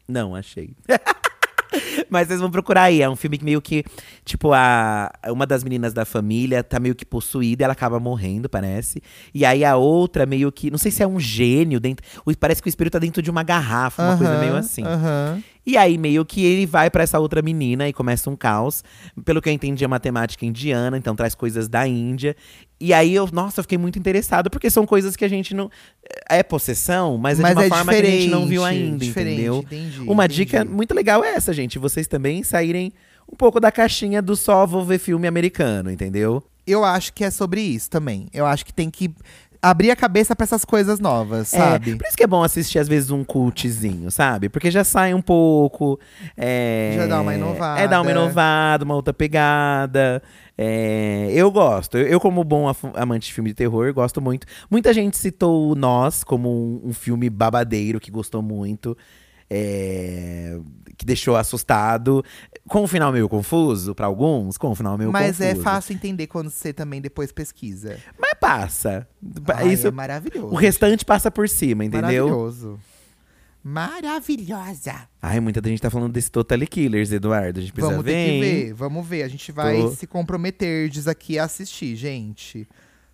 [SPEAKER 2] Não, achei. Mas vocês vão procurar aí. É um filme que meio que. Tipo, a, uma das meninas da família tá meio que possuída, ela acaba morrendo, parece. E aí a outra meio que. Não sei se é um gênio dentro. o- Parece que o espírito tá dentro de uma garrafa, uma coisa
[SPEAKER 1] Aham,
[SPEAKER 2] meio assim.
[SPEAKER 1] aham.
[SPEAKER 2] E E aí, meio que ele vai pra essa outra menina e começa um caos. Pelo que eu entendi, é matemática indiana, então traz coisas da Índia. E aí eu, nossa, eu fiquei muito interessado, porque são coisas que a gente não. É possessão, mas, é
[SPEAKER 1] Mas
[SPEAKER 2] de uma
[SPEAKER 1] é
[SPEAKER 2] forma que a gente não viu
[SPEAKER 1] diferente,
[SPEAKER 2] ainda,
[SPEAKER 1] diferente,
[SPEAKER 2] entendeu?
[SPEAKER 1] entendi,
[SPEAKER 2] uma
[SPEAKER 1] entendi.
[SPEAKER 2] dica muito legal é essa, gente. Vocês também saírem um pouco da caixinha do só vou ver filme americano, entendeu?
[SPEAKER 1] Eu acho que é sobre isso também. Eu acho que tem que abrir a cabeça pra essas coisas novas,
[SPEAKER 2] É,
[SPEAKER 1] sabe?
[SPEAKER 2] por isso que é bom assistir, às vezes, um cultzinho, sabe? Porque já sai um pouco. é,
[SPEAKER 1] Já dá uma inovada.
[SPEAKER 2] É, dá uma inovada, uma outra pegada. É, eu gosto. Eu, eu, como bom af- amante de filme de terror, gosto muito. Muita gente citou o Nós como um, um filme babadeiro que gostou muito. é, que deixou assustado. Com um final meio confuso, pra alguns, com um final meio
[SPEAKER 1] Mas
[SPEAKER 2] confuso.
[SPEAKER 1] é fácil entender quando você também depois pesquisa.
[SPEAKER 2] Mas passa.
[SPEAKER 1] Ai,
[SPEAKER 2] Isso,
[SPEAKER 1] é maravilhoso.
[SPEAKER 2] o restante passa por cima, entendeu?
[SPEAKER 1] Maravilhoso. Maravilhosa.
[SPEAKER 2] Ai, muita gente tá falando desse Totally Killers, Eduardo. A gente precisa
[SPEAKER 1] Vamos
[SPEAKER 2] ver.
[SPEAKER 1] ter que
[SPEAKER 2] hein?
[SPEAKER 1] ver, vamos ver. A gente vai
[SPEAKER 2] é, Tô.
[SPEAKER 1] se comprometer diz aqui a assistir, gente.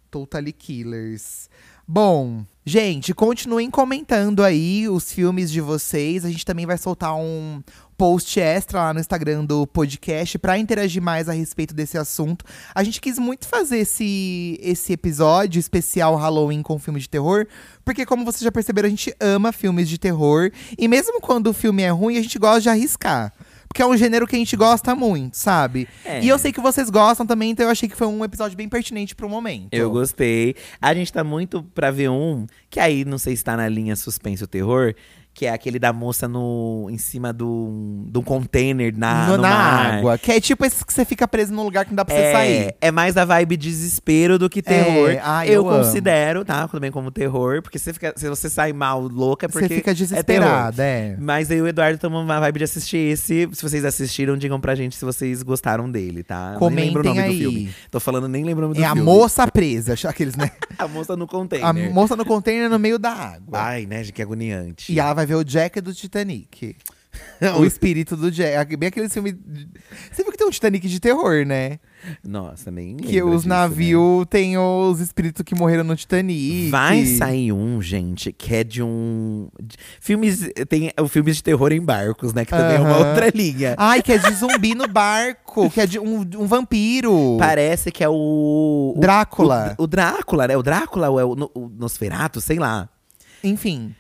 [SPEAKER 1] Totally Killers. Bom, gente, continuem comentando aí os filmes de vocês. A gente também vai soltar um post extra lá no Instagram do podcast pra interagir mais a respeito desse assunto. A gente quis muito fazer esse, esse episódio especial Halloween com filme de terror, porque como vocês já perceberam, a gente ama filmes de terror e mesmo quando o filme é ruim, a gente gosta de arriscar. Porque é um gênero que a gente gosta muito, sabe?
[SPEAKER 2] É.
[SPEAKER 1] E eu sei que vocês gostam também, então eu achei que foi um episódio bem pertinente pro momento.
[SPEAKER 2] Eu gostei. A gente tá muito pra ver um, que aí não sei se tá na linha suspense ou terror, que é aquele da moça no, em cima do, do um container na,
[SPEAKER 1] No-
[SPEAKER 2] Ah, no
[SPEAKER 1] na
[SPEAKER 2] mar.
[SPEAKER 1] água. Que é tipo esse que você fica preso num lugar que não dá pra
[SPEAKER 2] é,
[SPEAKER 1] você sair. É,
[SPEAKER 2] é mais a vibe desespero do que terror.
[SPEAKER 1] ai,
[SPEAKER 2] eu,
[SPEAKER 1] eu amo.
[SPEAKER 2] considero, tá? Também como terror, porque você fica, se você sai mal louca, é porque.
[SPEAKER 1] Você fica
[SPEAKER 2] é terror.
[SPEAKER 1] desesperada, é.
[SPEAKER 2] Mas aí o Eduardo tomou uma vibe de assistir esse. Se vocês assistiram, digam pra gente se vocês gostaram dele, tá? Nem lembro
[SPEAKER 1] Comentem
[SPEAKER 2] o nome
[SPEAKER 1] aí.
[SPEAKER 2] do filme. Tô falando, nem lembro o nome
[SPEAKER 1] É
[SPEAKER 2] do
[SPEAKER 1] a
[SPEAKER 2] filme. É.
[SPEAKER 1] moça presa, aqueles, né?
[SPEAKER 2] A moça no container.
[SPEAKER 1] a moça no container no meio da água.
[SPEAKER 2] Ai, né, gente, que agoniante.
[SPEAKER 1] E ela vai ver o Jack do Titanic. o espírito do Jack. Ah, Bem aquele filme. Você viu que tem um Titanic de terror, né?
[SPEAKER 2] Nossa, nem
[SPEAKER 1] Que
[SPEAKER 2] lembro
[SPEAKER 1] os
[SPEAKER 2] disso,
[SPEAKER 1] navios têm os espíritos que morreram no
[SPEAKER 2] né?
[SPEAKER 1] Titanic.
[SPEAKER 2] Vai sair um, gente, que é de um. de- Filmes. Tem o filmes de terror em barcos, né? Que também é
[SPEAKER 1] Aham.
[SPEAKER 2] uma outra linha.
[SPEAKER 1] Ai, que é de zumbi no barco. Que é de um, um vampiro.
[SPEAKER 2] Parece que é o. o-
[SPEAKER 1] Drácula.
[SPEAKER 2] O, o Drácula, né? O Drácula ou é o, no- o Nosferato, sei lá.
[SPEAKER 1] Enfim.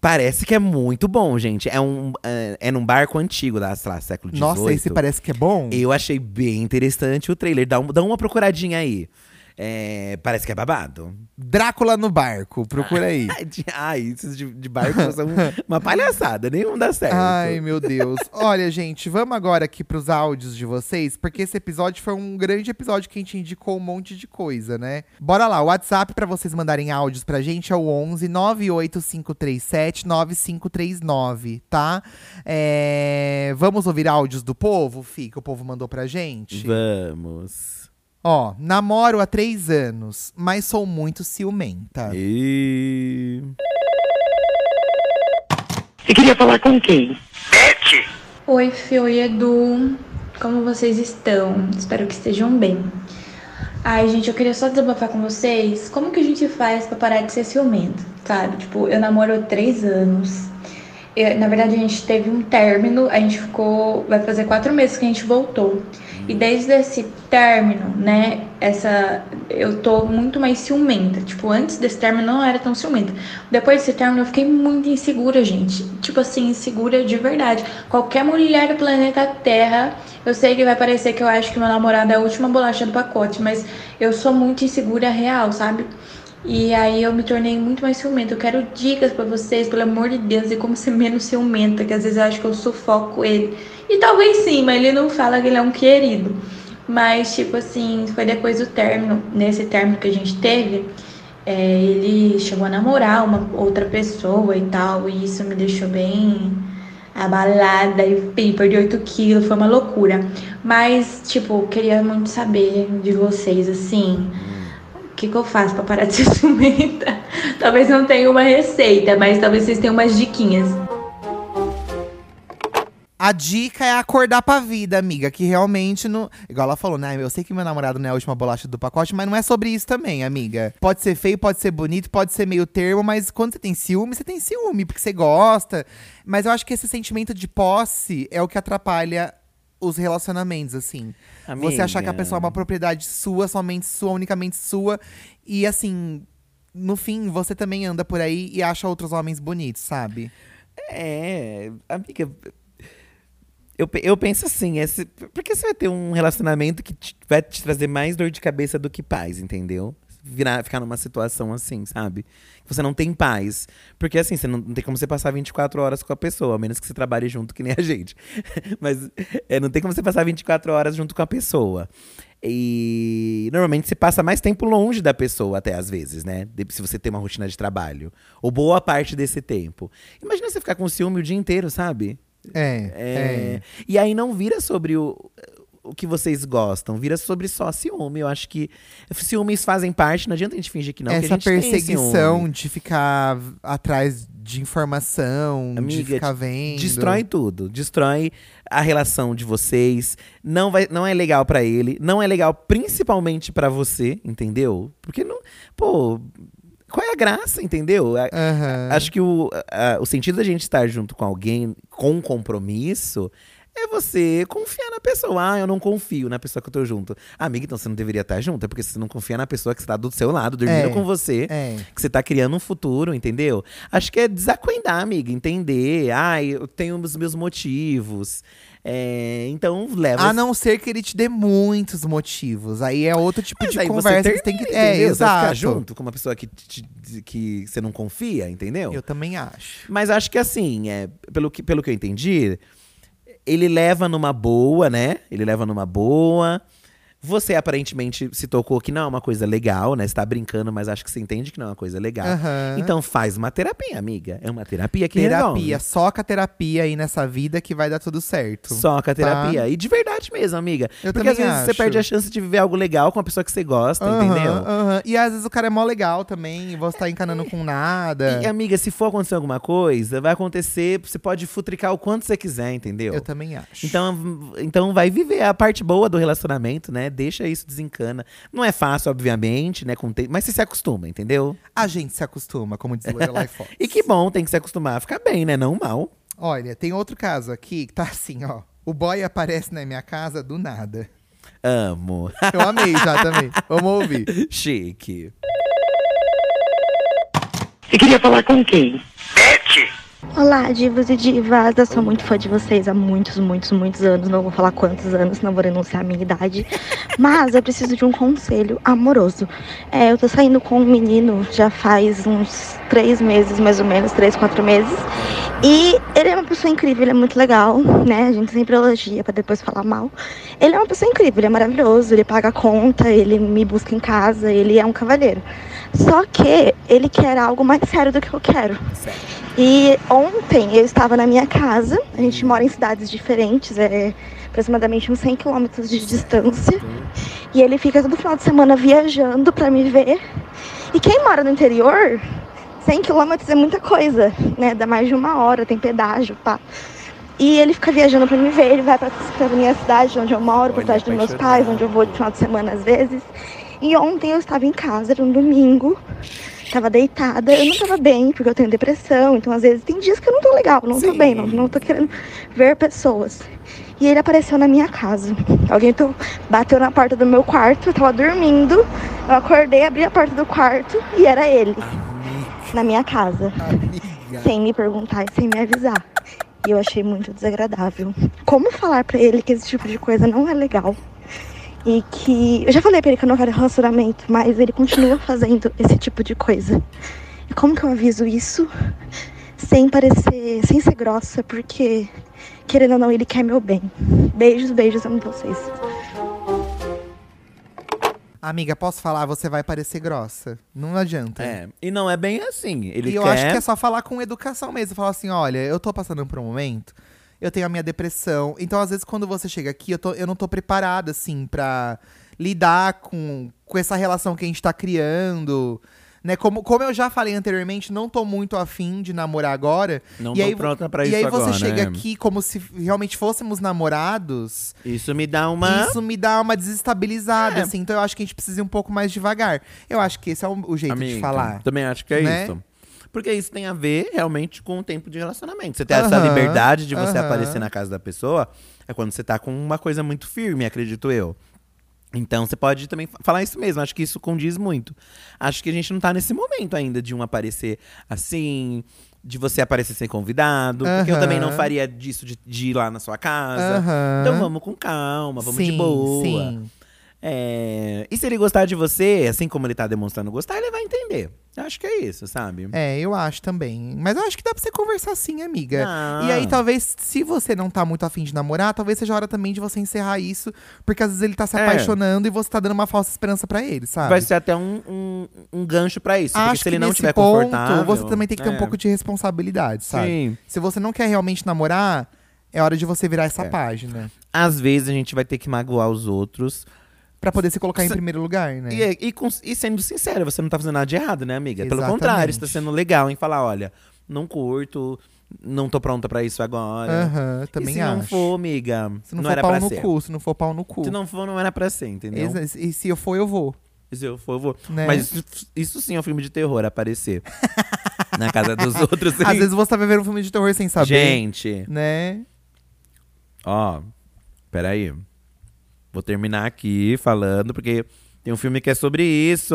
[SPEAKER 2] Parece que é muito bom, gente. É, um, é, é num barco antigo, da, sei lá, século XVIII.
[SPEAKER 1] Nossa, esse parece que é bom.
[SPEAKER 2] Eu achei bem interessante o trailer. Dá, um- dá uma procuradinha aí. É, parece que é babado.
[SPEAKER 1] Drácula no barco, procura aí.
[SPEAKER 2] Ai, de- Ai, esses de, de barco são uma palhaçada, nenhum dá certo.
[SPEAKER 1] Ai, meu Deus. Olha, gente, vamos agora aqui pros áudios de vocês, porque esse episódio foi um grande episódio que a gente indicou um monte de coisa, né? Bora lá, o WhatsApp pra vocês mandarem áudios pra gente é o 11 98537 9539, tá? É, Vamos ouvir áudios do povo, Fih, que o povo mandou pra gente?
[SPEAKER 2] Vamos.
[SPEAKER 1] Ó, namoro há três anos, mas sou muito ciumenta.
[SPEAKER 2] E...
[SPEAKER 3] Você queria falar com quem?
[SPEAKER 4] Oi, Fio e Edu, como vocês estão? Espero que estejam bem. Ai, gente, eu queria só desabafar com vocês. Como que a gente faz pra parar de ser ciumento, sabe? Tipo, eu namoro há três anos. Eu- na verdade, a gente teve um término, a gente ficou. Vai fazer quatro meses que a gente voltou. E desde esse término, né? Essa. Eu tô muito mais ciumenta. Tipo, antes desse término eu não era tão ciumenta. Depois desse término eu fiquei muito insegura, gente. Tipo assim, insegura de verdade. Qualquer mulher do planeta Terra, eu sei que vai parecer que eu acho que meu namorado é a última bolacha do pacote, mas eu sou muito insegura real, sabe? E aí eu me tornei muito mais ciumenta. Eu quero dicas pra vocês, pelo amor de Deus, e como ser menos ciumenta, que às vezes eu acho que eu sufoco ele. E talvez sim, mas ele não fala que ele é um querido. Mas, tipo assim, foi depois do término, nesse término que a gente teve, é, ele chegou a namorar uma outra pessoa e tal, e isso me deixou bem abalada, enfim, perdi 8 quilos, foi uma loucura. Mas, tipo, eu queria muito saber de vocês, assim, o que, que eu faço pra parar de ser ciumenta? talvez não tenha uma receita, mas talvez vocês tenham umas diquinhas.
[SPEAKER 1] A dica é acordar pra vida, amiga. Que realmente não. Igual ela falou, né? Eu sei que meu namorado não é a última bolacha do pacote, mas não é sobre isso também, amiga. Pode ser feio, pode ser bonito, pode ser meio termo, mas quando você tem ciúme, você tem ciúme, porque você gosta. Mas eu acho que esse sentimento de posse é o que atrapalha os relacionamentos, assim. Você achar que a
[SPEAKER 2] Amiga.
[SPEAKER 1] pessoa é uma propriedade sua, somente sua, unicamente sua. E assim. No fim, você também anda por aí e acha outros homens bonitos, sabe?
[SPEAKER 2] É, amiga. Eu, pe- eu penso assim, esse, por que você vai ter um relacionamento que te- vai te trazer mais dor de cabeça do que paz, entendeu? Virar, ficar numa situação assim, sabe? Que Você não tem paz. Porque assim, você não, não tem como você passar 24 horas com a pessoa, a menos que você trabalhe junto, que nem a gente. Mas é, não tem como você passar 24 horas junto com a pessoa. E normalmente você passa mais tempo longe da pessoa, até às vezes, né? De- Se você tem uma rotina de trabalho. Ou boa parte desse tempo. Imagina você ficar com ciúme o dia inteiro, sabe?
[SPEAKER 1] É, é.
[SPEAKER 2] É. E aí não vira sobre o, o que vocês gostam, vira sobre só ciúme. Eu acho que ciúmes fazem parte, não adianta a gente fingir que não. que a
[SPEAKER 1] Essa
[SPEAKER 2] gente tem
[SPEAKER 1] perseguição de ficar atrás de informação, de
[SPEAKER 2] Amiga,
[SPEAKER 1] ficar vendo.
[SPEAKER 2] ciúme. Destrói tudo, destrói a relação de vocês. Não, vai, não é legal pra ele, não é legal principalmente pra você, entendeu? Porque não, pô, qual é a graça, entendeu? A-
[SPEAKER 1] Aham.
[SPEAKER 2] Acho que o, a- a- o sentido da gente estar junto com alguém com compromisso é você confiar na pessoa. Ah, eu não confio na pessoa que eu tô junto. Amiga, então você não deveria estar junto, é porque você não confia na pessoa que está do seu lado, dormindo
[SPEAKER 1] É,
[SPEAKER 2] com você.
[SPEAKER 1] É.
[SPEAKER 2] Que você tá criando um futuro, entendeu? Acho que é desacuendar, amiga, entender. Ai, eu tenho os meus motivos. É, então leva.
[SPEAKER 1] A Ah, não ser que ele te dê muitos motivos. Aí é outro tipo
[SPEAKER 2] Mas
[SPEAKER 1] de
[SPEAKER 2] aí você
[SPEAKER 1] conversa que você tem
[SPEAKER 2] termina,
[SPEAKER 1] que ter. É,
[SPEAKER 2] entendeu? Você vai ficar
[SPEAKER 1] exato.
[SPEAKER 2] junto com uma pessoa que, te- que você não confia, entendeu?
[SPEAKER 1] Eu também acho.
[SPEAKER 2] Mas acho que assim, é, pelo, que, pelo que eu entendi, ele leva numa boa, né? Ele leva numa boa. Você aparentemente se tocou que não é uma coisa legal, né? Você tá brincando, mas acho que você entende que não é uma coisa legal.
[SPEAKER 1] Aham.
[SPEAKER 2] Então faz uma terapia, amiga. É uma terapia que
[SPEAKER 1] Terapia,
[SPEAKER 2] resolve.
[SPEAKER 1] soca terapia aí nessa vida que vai dar tudo certo.
[SPEAKER 2] Soca a terapia. E de verdade mesmo, amiga.
[SPEAKER 1] Tá. Eu
[SPEAKER 2] Porque às
[SPEAKER 1] também
[SPEAKER 2] vezes você
[SPEAKER 1] acho.
[SPEAKER 2] perde a chance de viver algo legal com a pessoa que você gosta,
[SPEAKER 1] Aham,
[SPEAKER 2] entendeu? É.
[SPEAKER 1] aham. E às vezes o cara é mó legal também, e você tá encanando com nada.
[SPEAKER 2] E, é amiga, se for acontecer alguma coisa, vai acontecer. Você pode futricar o quanto você quiser, entendeu?
[SPEAKER 1] Eu também acho.
[SPEAKER 2] Então, então vai viver a parte boa do relacionamento, né? Deixa isso desencana. Não é fácil, obviamente, né? Com o tempo, mas você se acostuma, entendeu?
[SPEAKER 1] a gente se acostuma, como diz Lorelai Fox.
[SPEAKER 2] E que bom, tem que se acostumar a ficar bem, né? Não mal.
[SPEAKER 1] Olha, tem outro caso aqui que tá assim, ó. O boy aparece na minha casa do nada.
[SPEAKER 2] Amo.
[SPEAKER 1] Eu amei já também. Vamos ouvir.
[SPEAKER 2] Chique.
[SPEAKER 3] Você queria falar com quem?
[SPEAKER 5] Olá, divos e divas. Eu sou muito fã de vocês há muitos, muitos, muitos anos. Não vou falar quantos anos, não vou denunciar a minha idade. Mas eu preciso de um conselho amoroso. É, eu tô saindo com um menino já faz uns três meses, mais ou menos, três, quatro meses. E ele é uma pessoa incrível, ele é muito legal, né? A gente sempre elogia pra depois falar mal. Ele é uma pessoa incrível, ele é maravilhoso, ele paga a conta, ele me busca em casa, ele é um cavalheiro. Só que ele quer algo mais sério do que eu quero.
[SPEAKER 2] Certo.
[SPEAKER 5] E ontem eu estava na minha casa, a gente mora em cidades diferentes, é aproximadamente uns 100 quilômetros de distância. E ele fica todo final de semana viajando para me ver. E quem mora no interior, 100 quilômetros é muita coisa, né? Dá mais de uma hora, tem pedágio, pá. E ele fica viajando para me ver, ele vai para pra minha cidade, onde eu moro, por
[SPEAKER 2] Olha,
[SPEAKER 5] trás dos meus
[SPEAKER 2] apaixonado.
[SPEAKER 5] pais, onde eu vou de final de semana às vezes. E ontem eu estava em casa, era um domingo, tava deitada, eu não tava bem, porque eu tenho depressão, então às vezes tem dias que eu não tô legal, não tô
[SPEAKER 2] Sim.
[SPEAKER 5] bem, não, não tô querendo ver pessoas. E ele apareceu na minha casa. Alguém to- bateu na porta do meu quarto, eu tava dormindo, eu acordei, abri a porta do quarto e era ele,
[SPEAKER 2] Amiga.
[SPEAKER 5] na minha casa,
[SPEAKER 2] Amiga.
[SPEAKER 5] sem me perguntar e sem me avisar. E eu achei muito desagradável. Como falar pra ele que esse tipo de coisa não é legal? E que. Eu já falei pra ele que eu não quero relacionamento, mas ele continua fazendo esse tipo de coisa. E como que eu aviso isso? Sem parecer. sem ser grossa, porque, querendo ou não, ele quer meu bem. Beijos, beijos, amo vocês.
[SPEAKER 1] Amiga, posso falar? Você vai parecer grossa. Não adianta. né?
[SPEAKER 2] É. E não é bem assim. Ele
[SPEAKER 1] e eu
[SPEAKER 2] quer.
[SPEAKER 1] acho que é só falar com educação mesmo. Falar assim, olha, eu tô passando por um momento, eu tenho a minha depressão. Então, às vezes, quando você chega aqui, eu, tô- eu não tô preparada, assim, pra lidar com, com essa relação que a gente tá criando. Né? Como, como eu já falei anteriormente, não tô muito afim de namorar agora.
[SPEAKER 2] Não
[SPEAKER 1] e
[SPEAKER 2] tô
[SPEAKER 1] aí,
[SPEAKER 2] pronta pra
[SPEAKER 1] E
[SPEAKER 2] isso
[SPEAKER 1] aí você
[SPEAKER 2] agora,
[SPEAKER 1] chega
[SPEAKER 2] né?
[SPEAKER 1] aqui como se realmente fôssemos namorados.
[SPEAKER 2] Isso me dá uma.
[SPEAKER 1] Isso me dá uma desestabilizada,
[SPEAKER 2] É.
[SPEAKER 1] assim. Então eu acho que a gente precisa ir um pouco mais devagar. Eu acho que esse é o, o jeito de
[SPEAKER 2] Amiga,
[SPEAKER 1] falar.
[SPEAKER 2] Também acho que é
[SPEAKER 1] né?
[SPEAKER 2] isso. Porque isso tem a ver realmente com o tempo de relacionamento. Você tem essa
[SPEAKER 1] Aham,
[SPEAKER 2] liberdade de você
[SPEAKER 1] aham.
[SPEAKER 2] aparecer na casa da pessoa é quando você tá com uma coisa muito firme, acredito eu. Então você pode também fa- falar isso mesmo, acho que isso condiz muito. Acho que a gente não tá nesse momento ainda de um aparecer assim, de você aparecer sem convidado. Porque eu também não
[SPEAKER 1] Aham.
[SPEAKER 2] faria disso de, de ir lá na sua casa.
[SPEAKER 1] Aham.
[SPEAKER 2] Então vamos com calma, vamos de
[SPEAKER 1] Sim,
[SPEAKER 2] boa.
[SPEAKER 1] sim.
[SPEAKER 2] É, E se ele gostar de você, assim como ele tá demonstrando gostar, ele vai entender. Eu acho que é isso, sabe?
[SPEAKER 1] É, eu acho também. Mas eu acho que dá pra você conversar sim, amiga.
[SPEAKER 2] Ah.
[SPEAKER 1] E aí, talvez, se você não tá muito afim de namorar, talvez seja a hora também de você encerrar isso. Porque às vezes ele tá se
[SPEAKER 2] É.
[SPEAKER 1] apaixonando e você tá dando uma falsa esperança pra ele, sabe?
[SPEAKER 2] Vai ser até um, um, um gancho pra isso. porque
[SPEAKER 1] acho
[SPEAKER 2] se ele
[SPEAKER 1] que
[SPEAKER 2] não
[SPEAKER 1] nesse
[SPEAKER 2] tiver
[SPEAKER 1] ponto,
[SPEAKER 2] confortável.
[SPEAKER 1] você também tem que ter um
[SPEAKER 2] é.
[SPEAKER 1] pouco de responsabilidade, sabe?
[SPEAKER 2] Sim.
[SPEAKER 1] Se você não quer realmente namorar, é hora de você virar essa
[SPEAKER 2] É.
[SPEAKER 1] página.
[SPEAKER 2] Às vezes a gente vai ter que magoar os outros.
[SPEAKER 1] Pra poder se colocar em
[SPEAKER 2] Se-
[SPEAKER 1] primeiro lugar, né?
[SPEAKER 2] E, é- e, cons- e sendo sincero, você não tá fazendo nada de errado, né, amiga? Pelo
[SPEAKER 1] Exatamente.
[SPEAKER 2] contrário, você tá sendo legal em falar: olha, não curto, não tô pronta pra isso agora.
[SPEAKER 1] Aham,
[SPEAKER 2] e
[SPEAKER 1] também
[SPEAKER 2] se
[SPEAKER 1] acho.
[SPEAKER 2] não for, amiga,
[SPEAKER 1] se não,
[SPEAKER 2] não
[SPEAKER 1] for
[SPEAKER 2] era
[SPEAKER 1] pau
[SPEAKER 2] pra
[SPEAKER 1] no
[SPEAKER 2] ser.
[SPEAKER 1] cu, se não for pau no cu.
[SPEAKER 2] Se não for, não era pra ser, entendeu?
[SPEAKER 1] Exa- E se eu for, eu vou.
[SPEAKER 2] Se eu for, eu vou.
[SPEAKER 1] Né?
[SPEAKER 2] Mas isso, isso sim é um filme de terror, aparecer. na casa dos outros.
[SPEAKER 1] Às vezes você tá vivendo um filme de terror sem saber.
[SPEAKER 2] Gente,
[SPEAKER 1] Né?
[SPEAKER 2] ó, peraí. Vou terminar aqui falando, porque tem um filme que é sobre isso.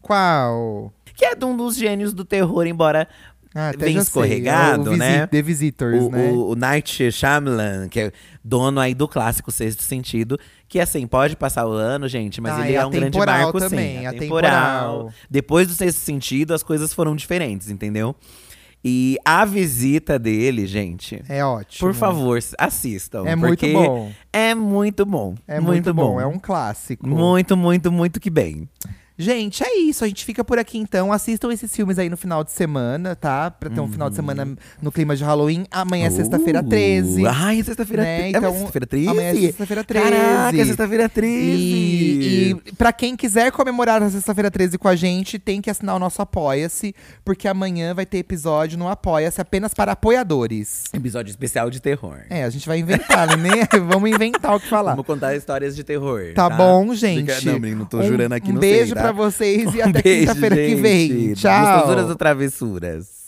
[SPEAKER 1] Qual?
[SPEAKER 2] Que é de um dos gênios do terror, embora
[SPEAKER 1] Ah, até
[SPEAKER 2] Bem
[SPEAKER 1] já sei, é o
[SPEAKER 2] escorregado,
[SPEAKER 1] Visi-
[SPEAKER 2] né?
[SPEAKER 1] The Visitors,
[SPEAKER 2] o,
[SPEAKER 1] né?
[SPEAKER 2] o, o Night Shyamalan, que é dono aí do clássico Sexto Sentido, que assim, pode passar o ano, gente, mas
[SPEAKER 1] Ah,
[SPEAKER 2] ele
[SPEAKER 1] é
[SPEAKER 2] é, um grande
[SPEAKER 1] atemporal
[SPEAKER 2] marco,
[SPEAKER 1] também,
[SPEAKER 2] sim.
[SPEAKER 1] atemporal.
[SPEAKER 2] Depois do Sexto Sentido, as coisas foram diferentes, entendeu? E a visita dele, gente…
[SPEAKER 1] É ótimo.
[SPEAKER 2] Por favor, assistam.
[SPEAKER 1] É muito
[SPEAKER 2] porque
[SPEAKER 1] bom.
[SPEAKER 2] É muito bom.
[SPEAKER 1] É muito, bom. é um clássico.
[SPEAKER 2] Muito, muito, muito que bem.
[SPEAKER 1] Gente, é isso. A gente fica por aqui então. Assistam esses filmes aí no final de semana, tá? Pra ter um final de semana no clima de Halloween. Amanhã é sexta-feira
[SPEAKER 2] Uhum. Uh,
[SPEAKER 1] 13.
[SPEAKER 2] Ai, é sexta-feira
[SPEAKER 1] né?
[SPEAKER 2] 13.
[SPEAKER 1] Então,
[SPEAKER 2] é sexta-feira 13?
[SPEAKER 1] Amanhã é sexta-feira 13.
[SPEAKER 2] Caraca, é sexta-feira 13.
[SPEAKER 1] E, e pra quem quiser comemorar a sexta-feira 13 com a gente, tem que assinar o nosso Apoia-se, porque amanhã vai ter episódio no Apoia-se apenas para apoiadores.
[SPEAKER 2] Episódio especial de terror.
[SPEAKER 1] É, a gente vai inventar, né? Vamos inventar o que falar.
[SPEAKER 2] Vamos contar histórias de terror.
[SPEAKER 1] Tá bom, gente?
[SPEAKER 2] Fica- Não, menino, tô
[SPEAKER 1] um,
[SPEAKER 2] jurando aqui,
[SPEAKER 1] Um
[SPEAKER 2] não
[SPEAKER 1] beijo
[SPEAKER 2] sei, tá?
[SPEAKER 1] pra vocês e
[SPEAKER 2] Um
[SPEAKER 1] até
[SPEAKER 2] beijo,
[SPEAKER 1] quinta-feira que
[SPEAKER 2] gente.
[SPEAKER 1] vem.
[SPEAKER 2] Gostosuras ou
[SPEAKER 1] Tchau.
[SPEAKER 2] travessuras?